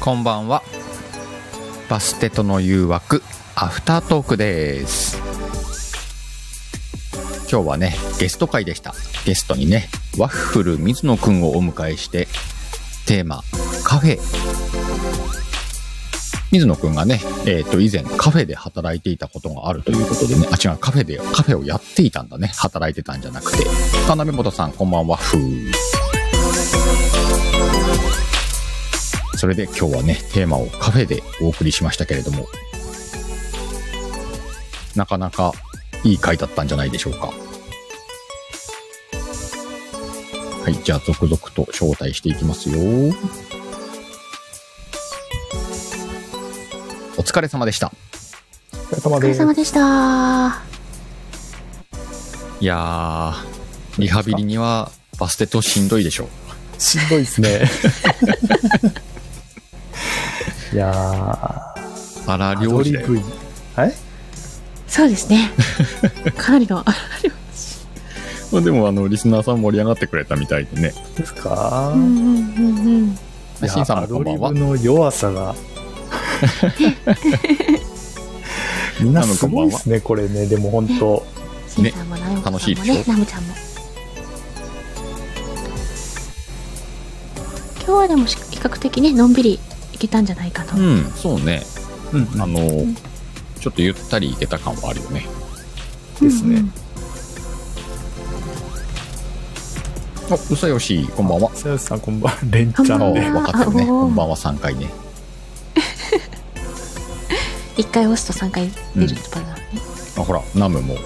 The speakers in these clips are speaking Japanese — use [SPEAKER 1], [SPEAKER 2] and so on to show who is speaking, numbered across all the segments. [SPEAKER 1] こんばんはバステとの誘惑アフタートークです今日はねゲスト会でしたゲストにねワッフル水野くんをお迎えしてテーマカフェ水野くんがね、えっと以前カフェで働いていたことがあるということでねあ違うカフェでカフェをやっていたんだね働いてたんじゃなくて田辺本さんこんばんはふーそれで今日はね、テーマをカフェでお送りしましたけれども、なかなかいい回だったんじゃないでしょうか。はい、じゃあ続々と招待していきますよ。お疲れ様でした。
[SPEAKER 2] お疲れ様
[SPEAKER 3] お疲
[SPEAKER 2] で
[SPEAKER 3] れ
[SPEAKER 2] す。
[SPEAKER 3] 様でした。
[SPEAKER 1] いやー、リハビリにはバステとしんどいでしょう。
[SPEAKER 2] しんどいです ね。いやー、
[SPEAKER 1] あら、
[SPEAKER 2] ア
[SPEAKER 1] 料
[SPEAKER 2] ド
[SPEAKER 1] 理
[SPEAKER 2] リ
[SPEAKER 1] だよ
[SPEAKER 2] ブ。え
[SPEAKER 3] そうです ね。かなり
[SPEAKER 1] ま
[SPEAKER 3] の。
[SPEAKER 1] あでも、あの、リスナーさん盛り上がってくれたみたいでね。
[SPEAKER 2] ですか
[SPEAKER 3] うんうんうんうん。
[SPEAKER 2] いや
[SPEAKER 1] しんさん
[SPEAKER 2] ア
[SPEAKER 1] もこ
[SPEAKER 2] ド
[SPEAKER 1] んば
[SPEAKER 2] リ
[SPEAKER 1] んは
[SPEAKER 2] ブ。の弱さが。 みんなすごいですね、これね。でも本当、
[SPEAKER 3] しんさんもナムさんも
[SPEAKER 1] 楽しいでしょ
[SPEAKER 3] ね、ナムちゃんも。今日はでもし比較的ね、のんびりいけたんじゃないかと。
[SPEAKER 1] うん、そうね。
[SPEAKER 2] うん
[SPEAKER 1] あの、
[SPEAKER 3] ん
[SPEAKER 1] ちょっとゆったりいけた感はあるよね。
[SPEAKER 2] ですね
[SPEAKER 3] うんうん。
[SPEAKER 1] あ、うさよし、こんばんは。
[SPEAKER 2] さよしさんこんばんは。レンちゃ
[SPEAKER 1] あ、
[SPEAKER 3] こ
[SPEAKER 2] ん
[SPEAKER 3] んば
[SPEAKER 2] で
[SPEAKER 3] ん。は
[SPEAKER 1] 分かってるね。
[SPEAKER 3] あおー
[SPEAKER 1] こんばんは3回ね。
[SPEAKER 3] 一回押すと三回出るってパターンね。
[SPEAKER 1] あ、ほら、ナムも。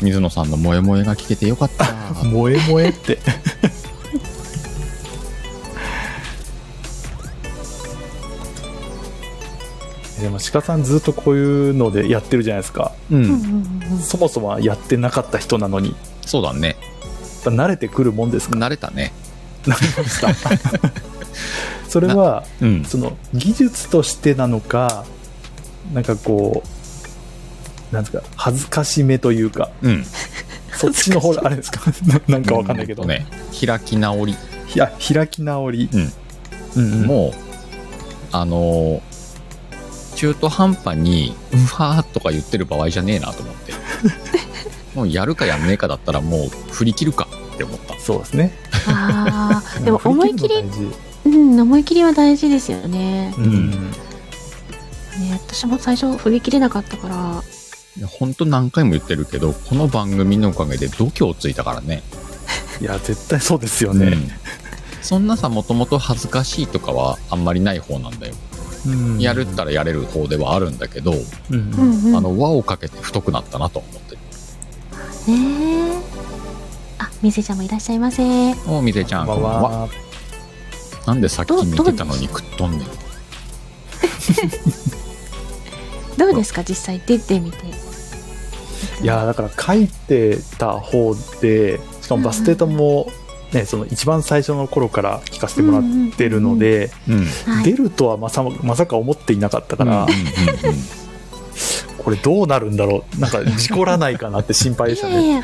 [SPEAKER 1] 水野さんの萌え萌えが聞けてよかった。
[SPEAKER 2] 萌え萌えって。 でも鹿さんずっとこういうのでやってるじゃないですか
[SPEAKER 1] う
[SPEAKER 3] うん
[SPEAKER 1] ん、
[SPEAKER 3] うんうんうん。
[SPEAKER 2] そもそもはやってなかった人なのにやっ
[SPEAKER 1] そうだね。
[SPEAKER 2] ぱ慣れてくるもんですか
[SPEAKER 1] 慣れたね。
[SPEAKER 2] なりましたそれは
[SPEAKER 1] うん。
[SPEAKER 2] その技術としてなのかなんかこうなんですか恥ずかしめというか
[SPEAKER 1] うん。
[SPEAKER 2] そっちの方があれですかななんかわかんないけど、
[SPEAKER 1] うね。開き直り。
[SPEAKER 2] いや開き直り、うんうん
[SPEAKER 1] もう、あのー中途半端に、うわーとか言ってる場合じゃねえなと思 って。もうやるかやんねえかだったらもう振り切るかって思った。
[SPEAKER 2] そうですね
[SPEAKER 3] ああ、でも
[SPEAKER 2] 振
[SPEAKER 3] 思い
[SPEAKER 2] 切
[SPEAKER 3] 切
[SPEAKER 2] る
[SPEAKER 3] り
[SPEAKER 2] の、大事
[SPEAKER 3] うん、思い切りは大事ですよね。
[SPEAKER 2] う
[SPEAKER 1] り
[SPEAKER 2] ん
[SPEAKER 3] ね、私も最初振り切れなかったから。
[SPEAKER 1] いやほんと何回も言ってるけど、この番組のおかげで度胸ついたからね。
[SPEAKER 2] いや絶対そうですよね、
[SPEAKER 1] そんなさもともと恥ずかしいとかはあんまりない方なんだよ、
[SPEAKER 2] うん
[SPEAKER 1] やるったらやれる方ではあるんだけど、
[SPEAKER 2] うん
[SPEAKER 3] う
[SPEAKER 2] うん
[SPEAKER 3] んうん。
[SPEAKER 1] あの輪をかけて太くなったなと思ってる
[SPEAKER 3] ねえ。あ、みせちゃんもいらっしゃいませ。
[SPEAKER 1] おみぜちゃんこんばんは
[SPEAKER 2] は
[SPEAKER 1] なんでさっき見てたのに食っとんねん
[SPEAKER 3] どうですか実際出てみて。
[SPEAKER 2] いやだから書いてた方でしかもバステータも、ね、その一番最初の頃から聞かせてもらってるので、
[SPEAKER 1] うん
[SPEAKER 3] はい
[SPEAKER 2] 出るとはまさまさか思っていなかったから、
[SPEAKER 1] うんうんうんうん
[SPEAKER 2] これどうなるんだろうなんか事故らないかなって心配でした
[SPEAKER 3] いやい
[SPEAKER 2] ね。
[SPEAKER 3] や。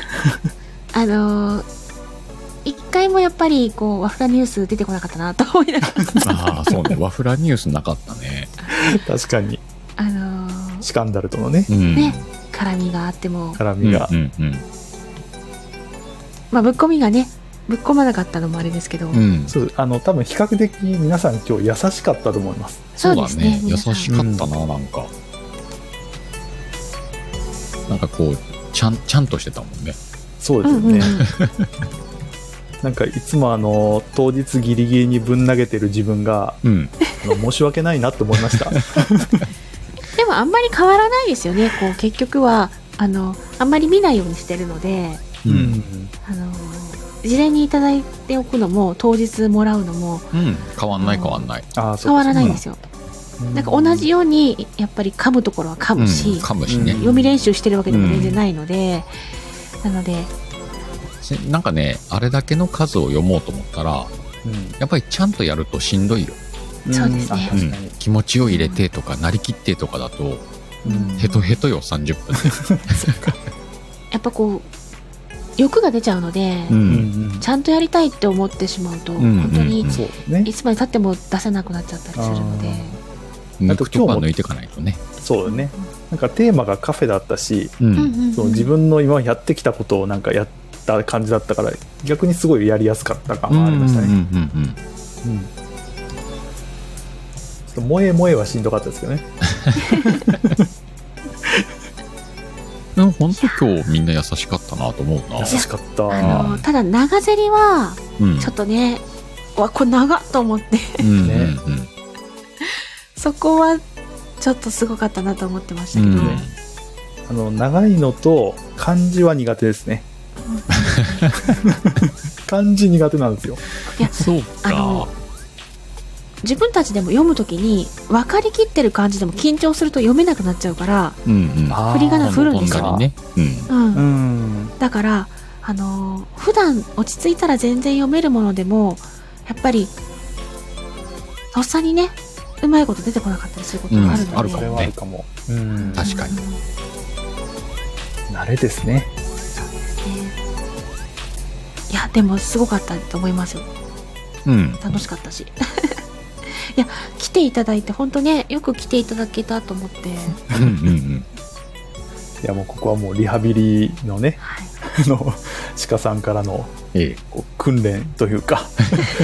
[SPEAKER 3] あのー一回もやっぱりこうワフラニュース出てこなかったなと思いな がら、
[SPEAKER 1] ああそうねワフラニュースなかったね
[SPEAKER 2] 確かに
[SPEAKER 3] あのー
[SPEAKER 2] スキャンダルとのね
[SPEAKER 1] うん
[SPEAKER 3] ね絡みがあっても、
[SPEAKER 2] 絡
[SPEAKER 1] うん
[SPEAKER 2] み
[SPEAKER 1] う
[SPEAKER 2] が、
[SPEAKER 1] んうん
[SPEAKER 3] まあぶっ込みがねぶっ込まなかったのもあれですけど、
[SPEAKER 1] うん
[SPEAKER 2] そうあの多分比較的皆さん今日優しかったと思います。
[SPEAKER 3] そうですね
[SPEAKER 1] 優
[SPEAKER 3] 皆さん
[SPEAKER 1] しかったななんか、なんかこうちゃんちゃんとしてたもんね
[SPEAKER 2] そうで
[SPEAKER 3] う
[SPEAKER 2] す
[SPEAKER 3] ん
[SPEAKER 2] よ
[SPEAKER 3] うん
[SPEAKER 2] ね
[SPEAKER 3] うん。
[SPEAKER 2] なんかいつもあの当日ギリギリにぶん投げてる自分が
[SPEAKER 1] うん
[SPEAKER 2] あの申し訳ないなと思いました。
[SPEAKER 3] でもあんまり変わらないですよねこう結局はあのあんまり見ないようにしてるので、
[SPEAKER 1] うん、
[SPEAKER 3] あのー事前にいただいておくのも当日もらうのも
[SPEAKER 1] うん、変わんない変わんない
[SPEAKER 2] あーそう
[SPEAKER 3] 変わらないん
[SPEAKER 2] で
[SPEAKER 3] ですすよ、
[SPEAKER 2] ね
[SPEAKER 3] なんか同じようにやっぱり噛むところは噛むし、
[SPEAKER 1] うん、噛むしね、
[SPEAKER 3] 読み練習してるわけでも全然ないので、なので
[SPEAKER 1] せなんかねあれだけの数を読もうと思ったら
[SPEAKER 2] うん
[SPEAKER 1] やっぱりちゃんとやるとしんどいよ、
[SPEAKER 2] ん
[SPEAKER 3] そうですね
[SPEAKER 1] う
[SPEAKER 2] あ確
[SPEAKER 1] ん
[SPEAKER 2] かに、
[SPEAKER 1] 気持ちを入れてとかなりきってとかだと
[SPEAKER 2] うん
[SPEAKER 1] ヘトヘトよ30分
[SPEAKER 3] やっぱこう欲が出ちゃうので、
[SPEAKER 1] う
[SPEAKER 2] うん
[SPEAKER 1] ん
[SPEAKER 2] うん
[SPEAKER 3] ちゃんとやりたいって思ってしまうと、
[SPEAKER 1] んうんうん
[SPEAKER 3] 本当に
[SPEAKER 2] そうね
[SPEAKER 3] いつまでたっても出せなくなっちゃったりするので、
[SPEAKER 1] 肉とか抜いていかないとね、
[SPEAKER 2] そうだねなんかテーマがカフェだったし
[SPEAKER 1] う
[SPEAKER 3] うん
[SPEAKER 1] ん
[SPEAKER 3] うんうん
[SPEAKER 2] その自分の今までやってきたことをなんかやった感じだったから逆にすごいやりやすかった感
[SPEAKER 1] うん
[SPEAKER 2] はありました
[SPEAKER 1] うん
[SPEAKER 2] ね、
[SPEAKER 1] うんうん
[SPEAKER 2] うんちょっと萌え萌えはしんどかったですけどね
[SPEAKER 1] でも本当今日みんな優しかったなと思うな
[SPEAKER 2] 優しかった
[SPEAKER 3] あのただ長ゼリは
[SPEAKER 1] うん
[SPEAKER 3] ちょっとね、うわこれ長っと思って
[SPEAKER 1] うんうん
[SPEAKER 2] ね
[SPEAKER 3] そこはちょっとすごかったなと思ってました
[SPEAKER 1] う
[SPEAKER 3] けど、
[SPEAKER 1] ん
[SPEAKER 3] う
[SPEAKER 1] うんん
[SPEAKER 2] あの長いのと漢字は苦手ですね漢字苦手なんですよ
[SPEAKER 1] そう
[SPEAKER 3] あ
[SPEAKER 1] か
[SPEAKER 3] の自分たちでも読むときに分かりきってる感じでも緊張すると読めなくなっちゃうから、
[SPEAKER 1] うんうん
[SPEAKER 3] 振り仮名振るん
[SPEAKER 1] ほ
[SPEAKER 3] で
[SPEAKER 1] ん
[SPEAKER 3] す
[SPEAKER 1] か
[SPEAKER 3] よ
[SPEAKER 1] にねうん
[SPEAKER 3] うん
[SPEAKER 2] うん
[SPEAKER 3] だからあのー普段落ち着いたら全然読めるものでもやっぱりとっさにねうまいこと出てこなかったりすることがあるので、
[SPEAKER 1] うんあるか
[SPEAKER 2] そ
[SPEAKER 1] も
[SPEAKER 2] れはあるかも、うん
[SPEAKER 1] 確かに
[SPEAKER 3] うん
[SPEAKER 2] 慣れですね
[SPEAKER 3] ねいやでもすごかったと思いますよ
[SPEAKER 1] うん
[SPEAKER 3] 楽しかったし いや来ていただいて本当ねよく来ていただけたと思って、
[SPEAKER 1] うんうんうん
[SPEAKER 2] いやもうここはもうリハビリのね
[SPEAKER 3] はい、
[SPEAKER 2] あの鹿さんからの
[SPEAKER 1] ええ
[SPEAKER 2] こう訓練とい うか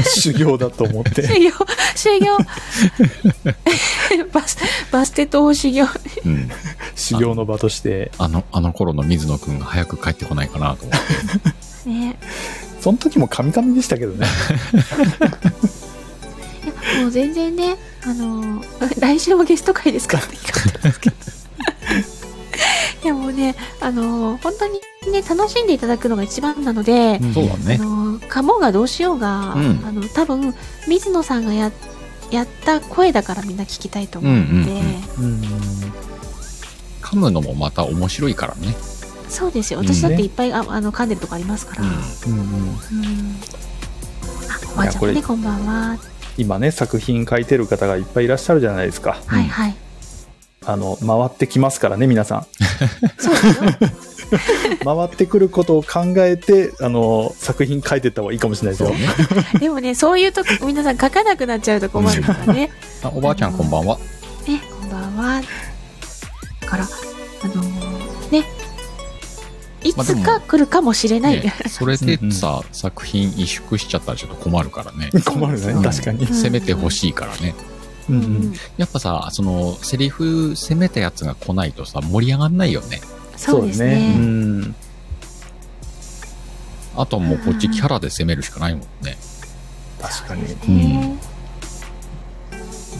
[SPEAKER 2] 修行だと思って
[SPEAKER 3] 修行修行 バスバステ島修行
[SPEAKER 1] うん
[SPEAKER 2] 修行の場として
[SPEAKER 1] あのあの頃の水野くんが早く帰ってこないかなと思って
[SPEAKER 3] ね
[SPEAKER 2] その時もカミカミでしたけどね
[SPEAKER 3] いやもう全然ね、あのー来週もゲスト会ですかって言い方ですけど。いやもうね、あのー本当にね、楽しんでいただくのが一番なので、
[SPEAKER 1] そうだね
[SPEAKER 3] あのー、かもがどうしようが、
[SPEAKER 1] うん
[SPEAKER 3] あの、多分、水野さんがや、やった声だからみんな聞きたいと思うので、
[SPEAKER 1] うんうんうん
[SPEAKER 2] うん
[SPEAKER 1] 噛むのもまた面白いからね
[SPEAKER 3] そうですよ。
[SPEAKER 1] うん
[SPEAKER 3] 私だっていっぱい、ああの噛んでるとこありますから。うん
[SPEAKER 2] うんうん
[SPEAKER 3] あ、おばあちゃんも
[SPEAKER 2] いやこれ
[SPEAKER 3] ね、こんばんは。
[SPEAKER 2] 今ね作品書いてる方がいっぱいいらっしゃるじゃないですか
[SPEAKER 3] はいはい。
[SPEAKER 2] あの回ってきますからね皆さん
[SPEAKER 3] そうですよ。
[SPEAKER 2] 回ってくることを考えてあの作品書いてった方がいいかもしれないですよ、
[SPEAKER 3] でもね、そういうとこ、皆さん書かなくなっちゃうと困るからね。
[SPEAKER 1] あおばあちゃんこんばんは
[SPEAKER 3] ね、こんばんは。だから、あのーね、い
[SPEAKER 1] まあで
[SPEAKER 3] つ
[SPEAKER 1] も
[SPEAKER 3] か来るかもしれない。
[SPEAKER 1] ねそれでさ作品萎縮しちゃったらちょっと困るからね
[SPEAKER 2] 困るね
[SPEAKER 3] うん
[SPEAKER 2] 確かに、
[SPEAKER 1] 攻めてほしいからね
[SPEAKER 2] う
[SPEAKER 3] うんん
[SPEAKER 2] う
[SPEAKER 3] うん
[SPEAKER 2] ん、
[SPEAKER 1] やっぱさそのセリフ攻めたやつが来ないとさ盛り上がんないよね
[SPEAKER 3] そうですね。
[SPEAKER 2] そうだうん
[SPEAKER 1] あとはもうこっちキャラで攻めるしかないもんね
[SPEAKER 2] 確
[SPEAKER 3] そ
[SPEAKER 2] か
[SPEAKER 3] う
[SPEAKER 2] に
[SPEAKER 3] です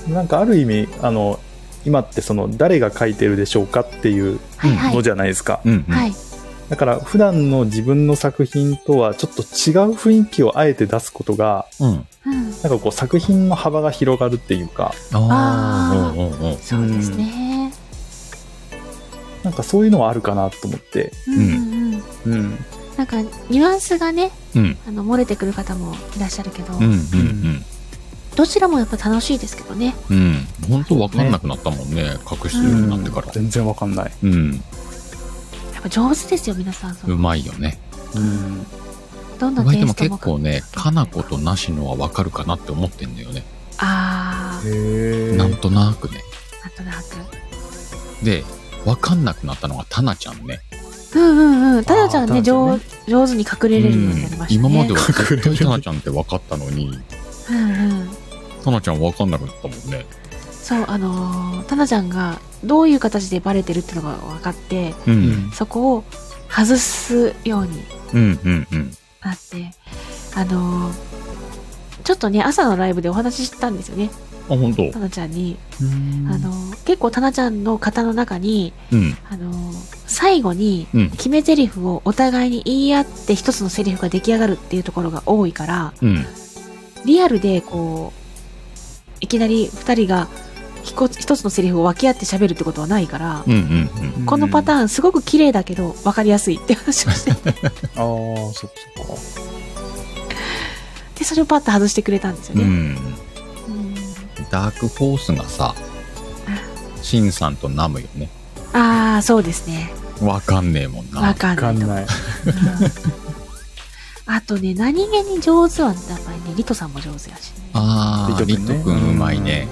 [SPEAKER 3] ね
[SPEAKER 2] なんかある意味あの今ってその誰が書いてるでしょうかっていう
[SPEAKER 3] はいは
[SPEAKER 2] の
[SPEAKER 3] い。
[SPEAKER 2] じゃないですか、
[SPEAKER 1] うんうん
[SPEAKER 3] はい。
[SPEAKER 2] だから普段の自分の作品とはちょっと違う雰囲気をあえて出すことが
[SPEAKER 1] うん
[SPEAKER 3] う
[SPEAKER 2] な
[SPEAKER 3] ん。
[SPEAKER 2] んかこう作品の幅が広がるっていうか
[SPEAKER 1] あ
[SPEAKER 3] あ
[SPEAKER 1] あうん
[SPEAKER 3] ー
[SPEAKER 1] うんうん
[SPEAKER 3] そうですね。
[SPEAKER 2] なんかそういうのはあるかなと思って、
[SPEAKER 3] うんんうんうん。
[SPEAKER 2] うん、
[SPEAKER 3] なんか、ニュアンスがね、
[SPEAKER 1] うん
[SPEAKER 3] あの漏れてくる方もいらっしゃるけど、
[SPEAKER 1] うんうん
[SPEAKER 3] どちらもやっぱ楽しいですけどね。
[SPEAKER 1] うんうん本当わかんなくなったもんね隠してるようになってから
[SPEAKER 2] 全然わかんない、
[SPEAKER 1] うん
[SPEAKER 3] やっぱ上手ですよ、皆さん。そうの
[SPEAKER 1] まいよね
[SPEAKER 2] うん、
[SPEAKER 3] どんな
[SPEAKER 1] 意外と
[SPEAKER 3] テイ
[SPEAKER 1] も
[SPEAKER 3] スト
[SPEAKER 1] 結
[SPEAKER 3] も
[SPEAKER 1] 構ねかなことなしのはわかるかなって思ってんだよね
[SPEAKER 3] あ
[SPEAKER 2] へ
[SPEAKER 3] あ、
[SPEAKER 2] え
[SPEAKER 1] なんとなくね
[SPEAKER 3] なんとなく。
[SPEAKER 1] でわかんなくなったのがタナちゃんね
[SPEAKER 3] うんうんうん。ただちゃん
[SPEAKER 2] あ
[SPEAKER 3] ね、
[SPEAKER 2] ータナ
[SPEAKER 3] 上
[SPEAKER 2] ち
[SPEAKER 3] 上手に隠れれるようになりましたね。
[SPEAKER 1] 今までは絶対タナちゃんって分かったのに
[SPEAKER 3] うんうん。
[SPEAKER 1] タナちゃん分かんなくなったもんね
[SPEAKER 3] そう、あのー、タナちゃんがどういう形でバレてるってのが分かって、
[SPEAKER 1] う
[SPEAKER 2] うんん
[SPEAKER 3] そこを外すように
[SPEAKER 1] うんうんうん
[SPEAKER 3] なって、あのー、ちょっとね、朝のライブでお話ししたんですよね、
[SPEAKER 1] あ本当
[SPEAKER 3] タナちゃんに。
[SPEAKER 2] うん
[SPEAKER 3] あのー、結構タナちゃんの方の中に、
[SPEAKER 1] うん
[SPEAKER 3] あのー、最後に
[SPEAKER 1] うん
[SPEAKER 3] 決め台詞をお互いに言い合って一つの台詞が出来上がるっていうところが多いから、
[SPEAKER 1] うん
[SPEAKER 3] リアルでこういきなり2人が一つ一つのセリフを分け合って喋るってことはないから、
[SPEAKER 1] うんうんうん
[SPEAKER 2] うん
[SPEAKER 3] このパターンすごく綺麗だけど分かりやすいって話をして
[SPEAKER 2] ああそっかそっ
[SPEAKER 3] でそれをパッと外してくれたんですよ
[SPEAKER 1] う
[SPEAKER 3] ね、
[SPEAKER 1] ん
[SPEAKER 3] うん
[SPEAKER 1] ダークホースがさシンさんとナムよね
[SPEAKER 3] ああそうですね
[SPEAKER 1] わかんねえもん
[SPEAKER 3] わ
[SPEAKER 1] な。
[SPEAKER 3] かん
[SPEAKER 2] わか
[SPEAKER 3] ない
[SPEAKER 2] ん
[SPEAKER 3] と思う
[SPEAKER 2] ない。
[SPEAKER 3] うんあとね何気に上手はやっぱりねリトさんも上手やし
[SPEAKER 1] ああ、リ
[SPEAKER 2] リト
[SPEAKER 1] ト
[SPEAKER 2] 君ね
[SPEAKER 1] 君うまいね。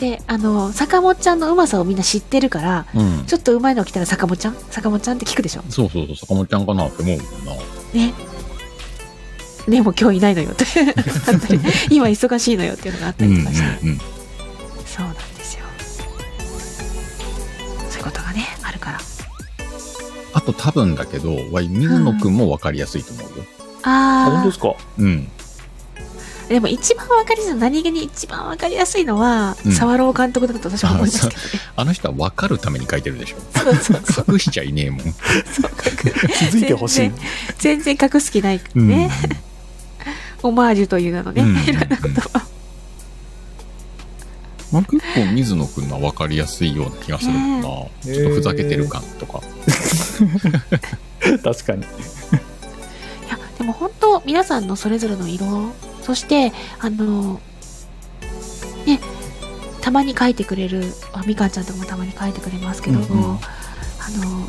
[SPEAKER 3] であの坂本ちゃんのうまさをみんな知ってるから
[SPEAKER 1] うん。
[SPEAKER 3] ちょっとうまいの来たら坂本ちゃん坂本ちゃんって聞くでしょ
[SPEAKER 1] そうそうそう、坂本ちゃんかなって思うもんな。
[SPEAKER 3] ねでも今日いないのよってあったり今忙しいのよっていうのがあった
[SPEAKER 1] うん
[SPEAKER 3] り
[SPEAKER 1] う
[SPEAKER 3] と
[SPEAKER 1] ん
[SPEAKER 3] かして、
[SPEAKER 1] うん。
[SPEAKER 3] そうなんですよそういうことがねあるから
[SPEAKER 1] あと多分だけど、わい水野くんもわかりやすいと思うよ。
[SPEAKER 2] あ本
[SPEAKER 3] あ
[SPEAKER 2] 当で
[SPEAKER 3] ー
[SPEAKER 2] す か。
[SPEAKER 1] うん。
[SPEAKER 3] でも一番わかりやすい何気に一番わかりやすいのは
[SPEAKER 1] うん
[SPEAKER 3] 沢朗、監督だと私は思いますけどね
[SPEAKER 1] あの人はわかるために書いてるでしょ。
[SPEAKER 3] そうそうそう
[SPEAKER 1] 隠しちゃいねえもん。
[SPEAKER 2] 気づいてほしい
[SPEAKER 3] 全。全然隠す気ない
[SPEAKER 1] うん
[SPEAKER 3] ね、オマージュという名のね、
[SPEAKER 1] うん
[SPEAKER 3] いろんなことを
[SPEAKER 1] まあ、結構水野くんはわかりやすいような気がするもんな。
[SPEAKER 2] え
[SPEAKER 1] ちょっとふざけてる感とか。
[SPEAKER 2] 確かに。
[SPEAKER 3] いや でも本当皆さんのそれぞれの色そしてあのねたまに書いてくれるあみかんちゃんとかもたまに書いてくれますけど、
[SPEAKER 2] うん
[SPEAKER 1] うん
[SPEAKER 3] あの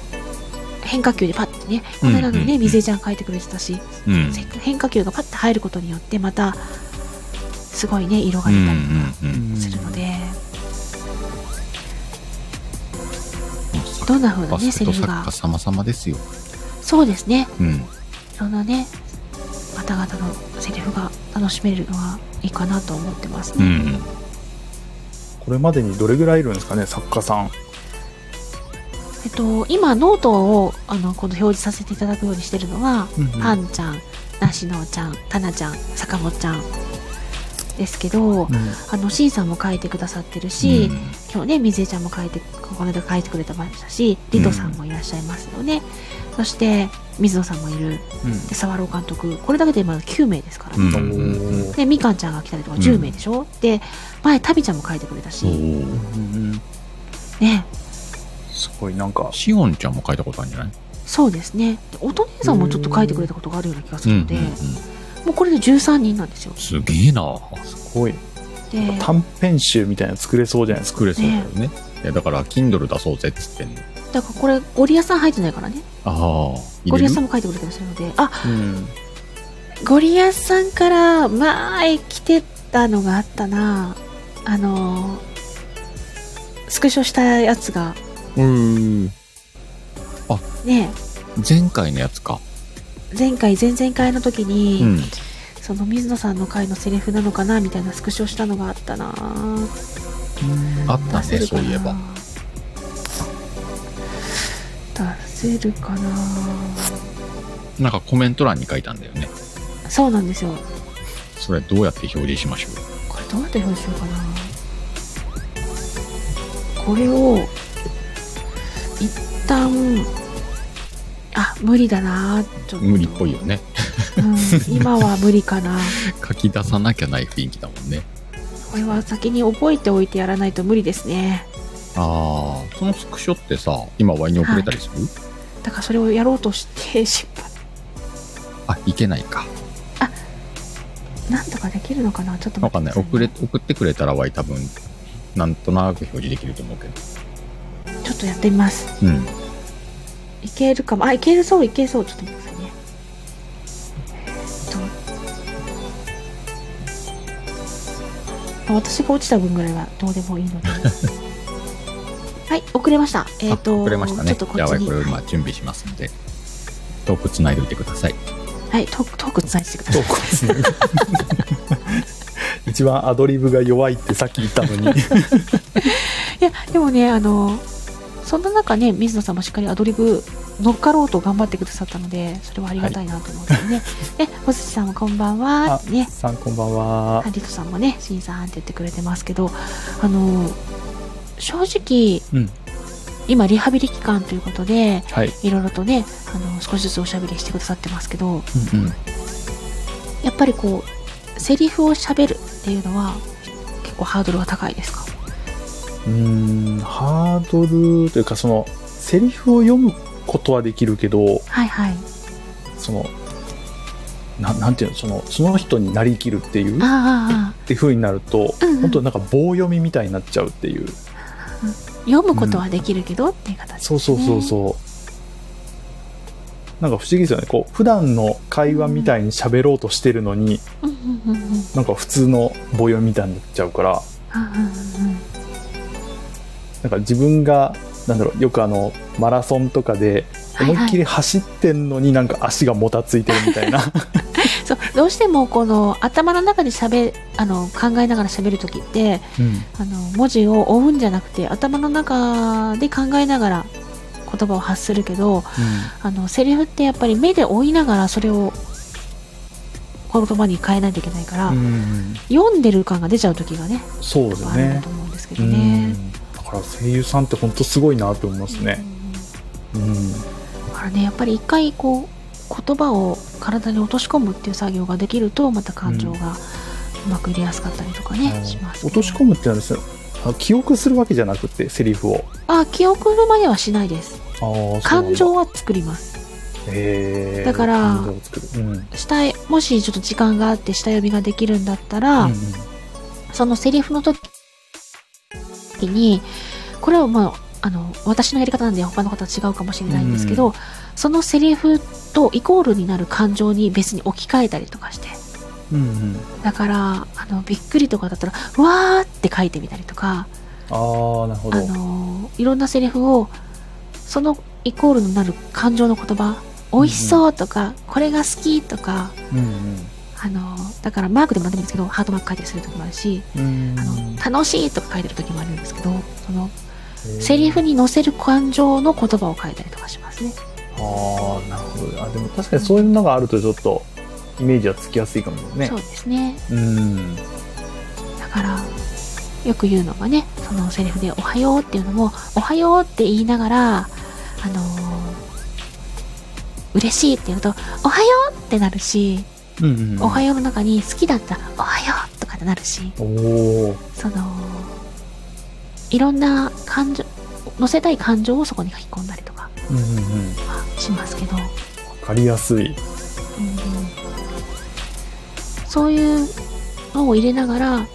[SPEAKER 3] 変化球でパッてねこ
[SPEAKER 1] うん
[SPEAKER 3] の
[SPEAKER 1] うんうん
[SPEAKER 3] 間のね水江ちゃん書いてくれてたし、
[SPEAKER 1] うん。うん
[SPEAKER 3] 変化球がパッて入ることによってまたすごいね色が
[SPEAKER 1] う
[SPEAKER 3] 出
[SPEAKER 1] ん
[SPEAKER 3] たり
[SPEAKER 1] うん。
[SPEAKER 3] するので、
[SPEAKER 1] サ
[SPEAKER 3] どんな風な
[SPEAKER 1] バ
[SPEAKER 3] ね
[SPEAKER 1] スケと
[SPEAKER 3] セリフ
[SPEAKER 1] サ
[SPEAKER 3] が
[SPEAKER 1] ッカー様々ですよ。
[SPEAKER 3] そうですね
[SPEAKER 1] うん。
[SPEAKER 3] いろんなね方々のセリフが楽しめるのがいいかなと思ってます
[SPEAKER 1] う
[SPEAKER 3] ね、
[SPEAKER 1] ん。
[SPEAKER 2] これまでにどれぐらいいるんですかね、作家さん。
[SPEAKER 3] えっと今ノートをあのこの表示させていただくようにしてるのは、パ
[SPEAKER 2] ン。
[SPEAKER 3] ンちゃんなしのちゃんたなちゃん坂本ちゃんですけど、あのしんさんも書いてくださってるし、
[SPEAKER 1] うん
[SPEAKER 3] 今日ね水江ちゃんも書いてこの間書いてくれたましたしリトさんもいらっしゃいますので、そして水野さんもいるで沢朗監督これだけで今9名ですからね、
[SPEAKER 1] うん
[SPEAKER 2] う
[SPEAKER 1] うん
[SPEAKER 2] ん
[SPEAKER 1] うん
[SPEAKER 3] でみかんちゃんが来たりとか
[SPEAKER 1] うん
[SPEAKER 3] 10名でしょ、で前タビちゃんも書いてくれた
[SPEAKER 1] そ
[SPEAKER 3] し
[SPEAKER 1] う。
[SPEAKER 2] うん
[SPEAKER 3] ね
[SPEAKER 2] すごいなんか
[SPEAKER 1] シオンちゃんも書いたことあるんじゃない
[SPEAKER 3] そうですねで音姉さんもちょっと書いてくれたことがあるような気がするので、
[SPEAKER 1] うんうんうん
[SPEAKER 3] もうこれで13人なんですよ
[SPEAKER 1] すげえな
[SPEAKER 2] すごい
[SPEAKER 3] で
[SPEAKER 2] 短編集みたいなの作れそうじゃないですか
[SPEAKER 1] 作れそうだよね。いや、だから、Kindle 出そうぜっつってんの。
[SPEAKER 3] だからこれゴリアさん入ってないからね
[SPEAKER 1] ああ、
[SPEAKER 3] ゴ
[SPEAKER 1] 入
[SPEAKER 3] リ
[SPEAKER 1] れる
[SPEAKER 3] アさんも書いてくれたりするのであ
[SPEAKER 2] うん
[SPEAKER 3] ゴリアさんから前来てたのがあったなあのスクショしたやつが
[SPEAKER 1] うん。
[SPEAKER 3] ね
[SPEAKER 1] 前回のやつか。
[SPEAKER 3] 前回前々回の時に、
[SPEAKER 1] うん。
[SPEAKER 3] その水野さんの回のセリフなのかなみたいなスクショしたのがあったな
[SPEAKER 1] あったね
[SPEAKER 3] 出せるか
[SPEAKER 1] そ
[SPEAKER 3] な
[SPEAKER 1] ういえば
[SPEAKER 3] 出せるかな
[SPEAKER 1] なんかコメント欄に書いたんだよね。
[SPEAKER 3] そうなんですよ
[SPEAKER 1] それどうやって表示しましょ
[SPEAKER 3] これどうやって表示しようかなこれを一旦あ無理だなちょ
[SPEAKER 1] う
[SPEAKER 3] っと
[SPEAKER 1] 無理っぽいよね。
[SPEAKER 3] うん今は無理かな
[SPEAKER 1] 書き出さなきゃない雰囲気だもんね。
[SPEAKER 3] これは先に覚えておいてやらないと無理ですね
[SPEAKER 1] ああ、そのスクショってさ、今ワイに送れたりする、
[SPEAKER 3] だからそれをやろうとして失敗
[SPEAKER 1] あ、いけないか。
[SPEAKER 3] なんとかできるのかなちょっと
[SPEAKER 1] わ
[SPEAKER 3] 待
[SPEAKER 1] か
[SPEAKER 3] っ
[SPEAKER 1] ん
[SPEAKER 3] て
[SPEAKER 1] ない。
[SPEAKER 3] くださ
[SPEAKER 1] 送れ、送ってくれたらワイ多分、なんとなく表示できると思うけど。
[SPEAKER 3] ちょっとやってみます
[SPEAKER 1] うん。
[SPEAKER 3] いけるかもあいけるそういけそうちょっと待ってくださいねえっとあ私が落ちた分ぐらいはどうでもいい のではい遅れましたえっ、
[SPEAKER 1] あ
[SPEAKER 3] と
[SPEAKER 1] 送れました
[SPEAKER 3] ちょ
[SPEAKER 1] ね。
[SPEAKER 3] っとこ
[SPEAKER 1] じゃあ
[SPEAKER 3] っち
[SPEAKER 1] ワイ
[SPEAKER 3] に
[SPEAKER 1] これ
[SPEAKER 3] は
[SPEAKER 1] 今準備しますんで、トーク繋いでおいてください。
[SPEAKER 3] い、はい、トークトークつないでてくだ
[SPEAKER 2] 投
[SPEAKER 3] さい
[SPEAKER 2] 稿ですね 一番アドリブが弱いってさっき言った のに
[SPEAKER 3] いやでもねあのそんな中ね水野さんもしっかりアドリブ乗っかろうと頑張ってくださったのでそれはありがたいなと思ってね、 ね小槌さんもこんばんは
[SPEAKER 2] あ
[SPEAKER 3] ね
[SPEAKER 2] さんこんばんは
[SPEAKER 3] ハリトさんもね、しんさんって言ってくれてますけど、あの正直、
[SPEAKER 2] うん
[SPEAKER 3] 今、リハビリ期間ということで、
[SPEAKER 2] はい
[SPEAKER 3] いろいろとねあの、少しずつおしゃべりしてくださってますけど、
[SPEAKER 1] うん。
[SPEAKER 3] やっぱりこう、セリフをしゃべるっていうのは、結構ハードルが高いですか。
[SPEAKER 2] うーんハードルというかそのセリフを読むことはできるけど
[SPEAKER 3] はいはい。
[SPEAKER 2] そのななんていうのそのその人になりきるっていうっ
[SPEAKER 3] あ
[SPEAKER 2] ていう風になると、
[SPEAKER 3] うんうん
[SPEAKER 2] 本当なんか棒読みみたいになっちゃうっていう
[SPEAKER 3] うん読むことはできるけど、っていう形です、
[SPEAKER 2] そ
[SPEAKER 3] ね、
[SPEAKER 2] うそうそうそう。なんか不思議ですよね。こう、普段の会話みたいに喋ろうとしてるのに、
[SPEAKER 3] うんうんうんうん
[SPEAKER 2] なんか普通の母音みたいになっちゃうから、
[SPEAKER 3] うんうんうん
[SPEAKER 2] なんか自分が、なんだろう、よくあの、マラソンとかで、
[SPEAKER 3] はい
[SPEAKER 2] 思
[SPEAKER 3] はい
[SPEAKER 2] いっきり走ってんのになんか足がもたついてるみたいな。
[SPEAKER 3] そうどうしてもこの頭の中でしゃべあの考えながら喋る時って
[SPEAKER 2] うん
[SPEAKER 3] あの文字を追うんじゃなくて頭の中で考えながら言葉を発するけどあのセリフってやっぱり目で追いながらそれを言葉に変えないといけないから、
[SPEAKER 2] うん
[SPEAKER 3] 読んでる感が出ちゃう時がね
[SPEAKER 2] そうです
[SPEAKER 3] あるんだ
[SPEAKER 2] ね
[SPEAKER 3] と。思うんですけ
[SPEAKER 2] う
[SPEAKER 3] どね。
[SPEAKER 2] ん。だから声優さんって本当すごいなって思いますね。うん。
[SPEAKER 3] だからねやっぱり一回こう言葉を体に落とし込むっていう作業ができるとまた感情がうまく入れやすかったりとかね、
[SPEAKER 2] うん
[SPEAKER 3] します、
[SPEAKER 2] 落とし込むってのはですね、あの記憶するわけじゃなくて、セリフを。
[SPEAKER 3] あ記憶のまではしないです
[SPEAKER 2] あーそうなん
[SPEAKER 3] 感
[SPEAKER 2] だ
[SPEAKER 3] 情は作ります
[SPEAKER 2] へー
[SPEAKER 3] だから
[SPEAKER 2] 感情を作るうんうん
[SPEAKER 3] 下へもしちょっと時間があって下呼びができるんだったら、
[SPEAKER 2] うん
[SPEAKER 3] そのセリフの時にこれはまああの私のやり方なんで他の方は違うかもしれないんですけど、
[SPEAKER 2] う
[SPEAKER 3] そのセリフとイコールになる感情に別に置き換えたりとかして
[SPEAKER 2] うんうん
[SPEAKER 3] だからあのびっくりとかだったら「うわー」って書いてみたりとか
[SPEAKER 2] あーなるほ
[SPEAKER 3] あ
[SPEAKER 2] ど
[SPEAKER 3] のいろんなセリフをそのイコールになる感情の言葉「美味しそう」とか、これが好き」とか
[SPEAKER 2] うん
[SPEAKER 3] あのだからマークでも何でもいいんですけどハートマーク書いたりする時もあるし
[SPEAKER 2] うんうん
[SPEAKER 3] あの楽しいとか書いてる時もあるんですけどその
[SPEAKER 2] へー
[SPEAKER 3] セリフに載せる感情の言葉を書いたりとかしますね。
[SPEAKER 2] あーなるほどあでも確かにそういうのがあるとちょっとイメージはつきやすいかもね
[SPEAKER 3] そうですね
[SPEAKER 2] うん
[SPEAKER 3] だからよく言うのがねそのセリフで「おはよう」っていうのも「おはよう」って言いながらあのー嬉しいって言うと「おはよう」ってなるし
[SPEAKER 2] うんうんう
[SPEAKER 3] 「
[SPEAKER 2] ん
[SPEAKER 3] おはよう」の中に好きだったら「おはよう」とかってなるし
[SPEAKER 2] おお
[SPEAKER 3] そのいろんな感情乗せたい感情をそこに書き込んだりとか
[SPEAKER 2] うんうんうん
[SPEAKER 3] はしますけど、う
[SPEAKER 2] わかりやすい
[SPEAKER 3] んそういうのを入れながら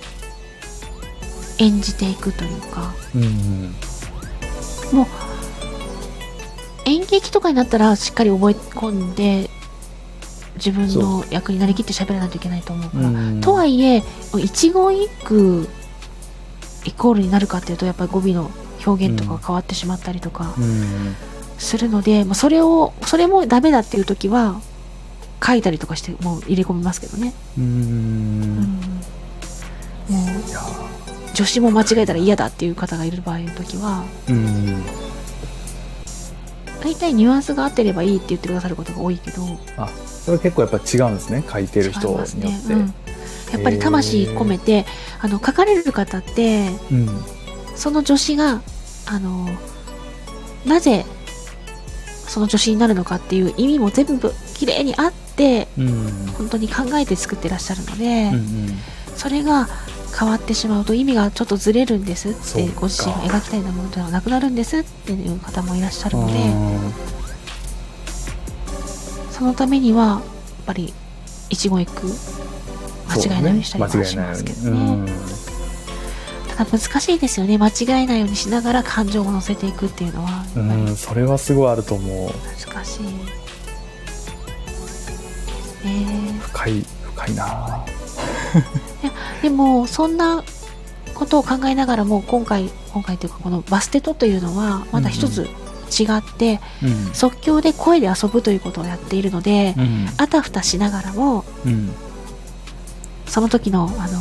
[SPEAKER 3] 演じていくというか
[SPEAKER 2] うんうん
[SPEAKER 3] 演劇とかになったらしっかり覚え込んで自分の役になりきって喋らないといけないと思うから、
[SPEAKER 2] うん
[SPEAKER 3] とはいえ一言一句イコールになるかっていうとやっぱり語尾の表現とか変わってしまったりとか
[SPEAKER 2] うんうん
[SPEAKER 3] するので、まあ、それをそれもダメだっていう時は書いたりとかしてもう入れ込みますけどね、
[SPEAKER 2] うんうん
[SPEAKER 3] う
[SPEAKER 2] うんん
[SPEAKER 3] も
[SPEAKER 2] いやー
[SPEAKER 3] う助詞も間違えたら嫌だっていう方がいる場合の時は
[SPEAKER 2] うんうん
[SPEAKER 3] 大体ニュアンスが合ってればいいって言ってくださることが多いけど
[SPEAKER 2] それは結構やっぱ違うんですね書いてる人に
[SPEAKER 3] 違い
[SPEAKER 2] よ
[SPEAKER 3] ま
[SPEAKER 2] っ
[SPEAKER 3] す
[SPEAKER 2] て、
[SPEAKER 3] ねうん、やっぱり魂込めて、あの書かれる方って
[SPEAKER 2] うん
[SPEAKER 3] その助詞があのなぜその助詞になるのかっていう意味も全部綺麗にあって
[SPEAKER 2] うん
[SPEAKER 3] 本当に考えて作ってらっしゃるので、
[SPEAKER 2] うんうん
[SPEAKER 3] それが変わってしまうと意味がちょっとずれるんですっ
[SPEAKER 2] そう
[SPEAKER 3] て
[SPEAKER 2] か
[SPEAKER 3] ご自身が描きたいようなものではなくなるんですっていう方もいらっしゃるのでそのためにはやっぱり一言一句間違えないようにしたりとかしますけどねただ難しいですよね間違えないようにしながら感情を乗せていくっていうのはやっぱ
[SPEAKER 2] う
[SPEAKER 3] り
[SPEAKER 2] ん、うん、それはすごいあると思う
[SPEAKER 3] 難しいですね
[SPEAKER 2] 深い深いな
[SPEAKER 3] でもそんなことを考えながらも今回今回というかこのバステトというのはまた一つ違って、
[SPEAKER 2] うん
[SPEAKER 3] 即興で声で遊ぶということをやっているので、
[SPEAKER 2] うん
[SPEAKER 3] あたふたしながらも
[SPEAKER 2] うん
[SPEAKER 3] その時のあの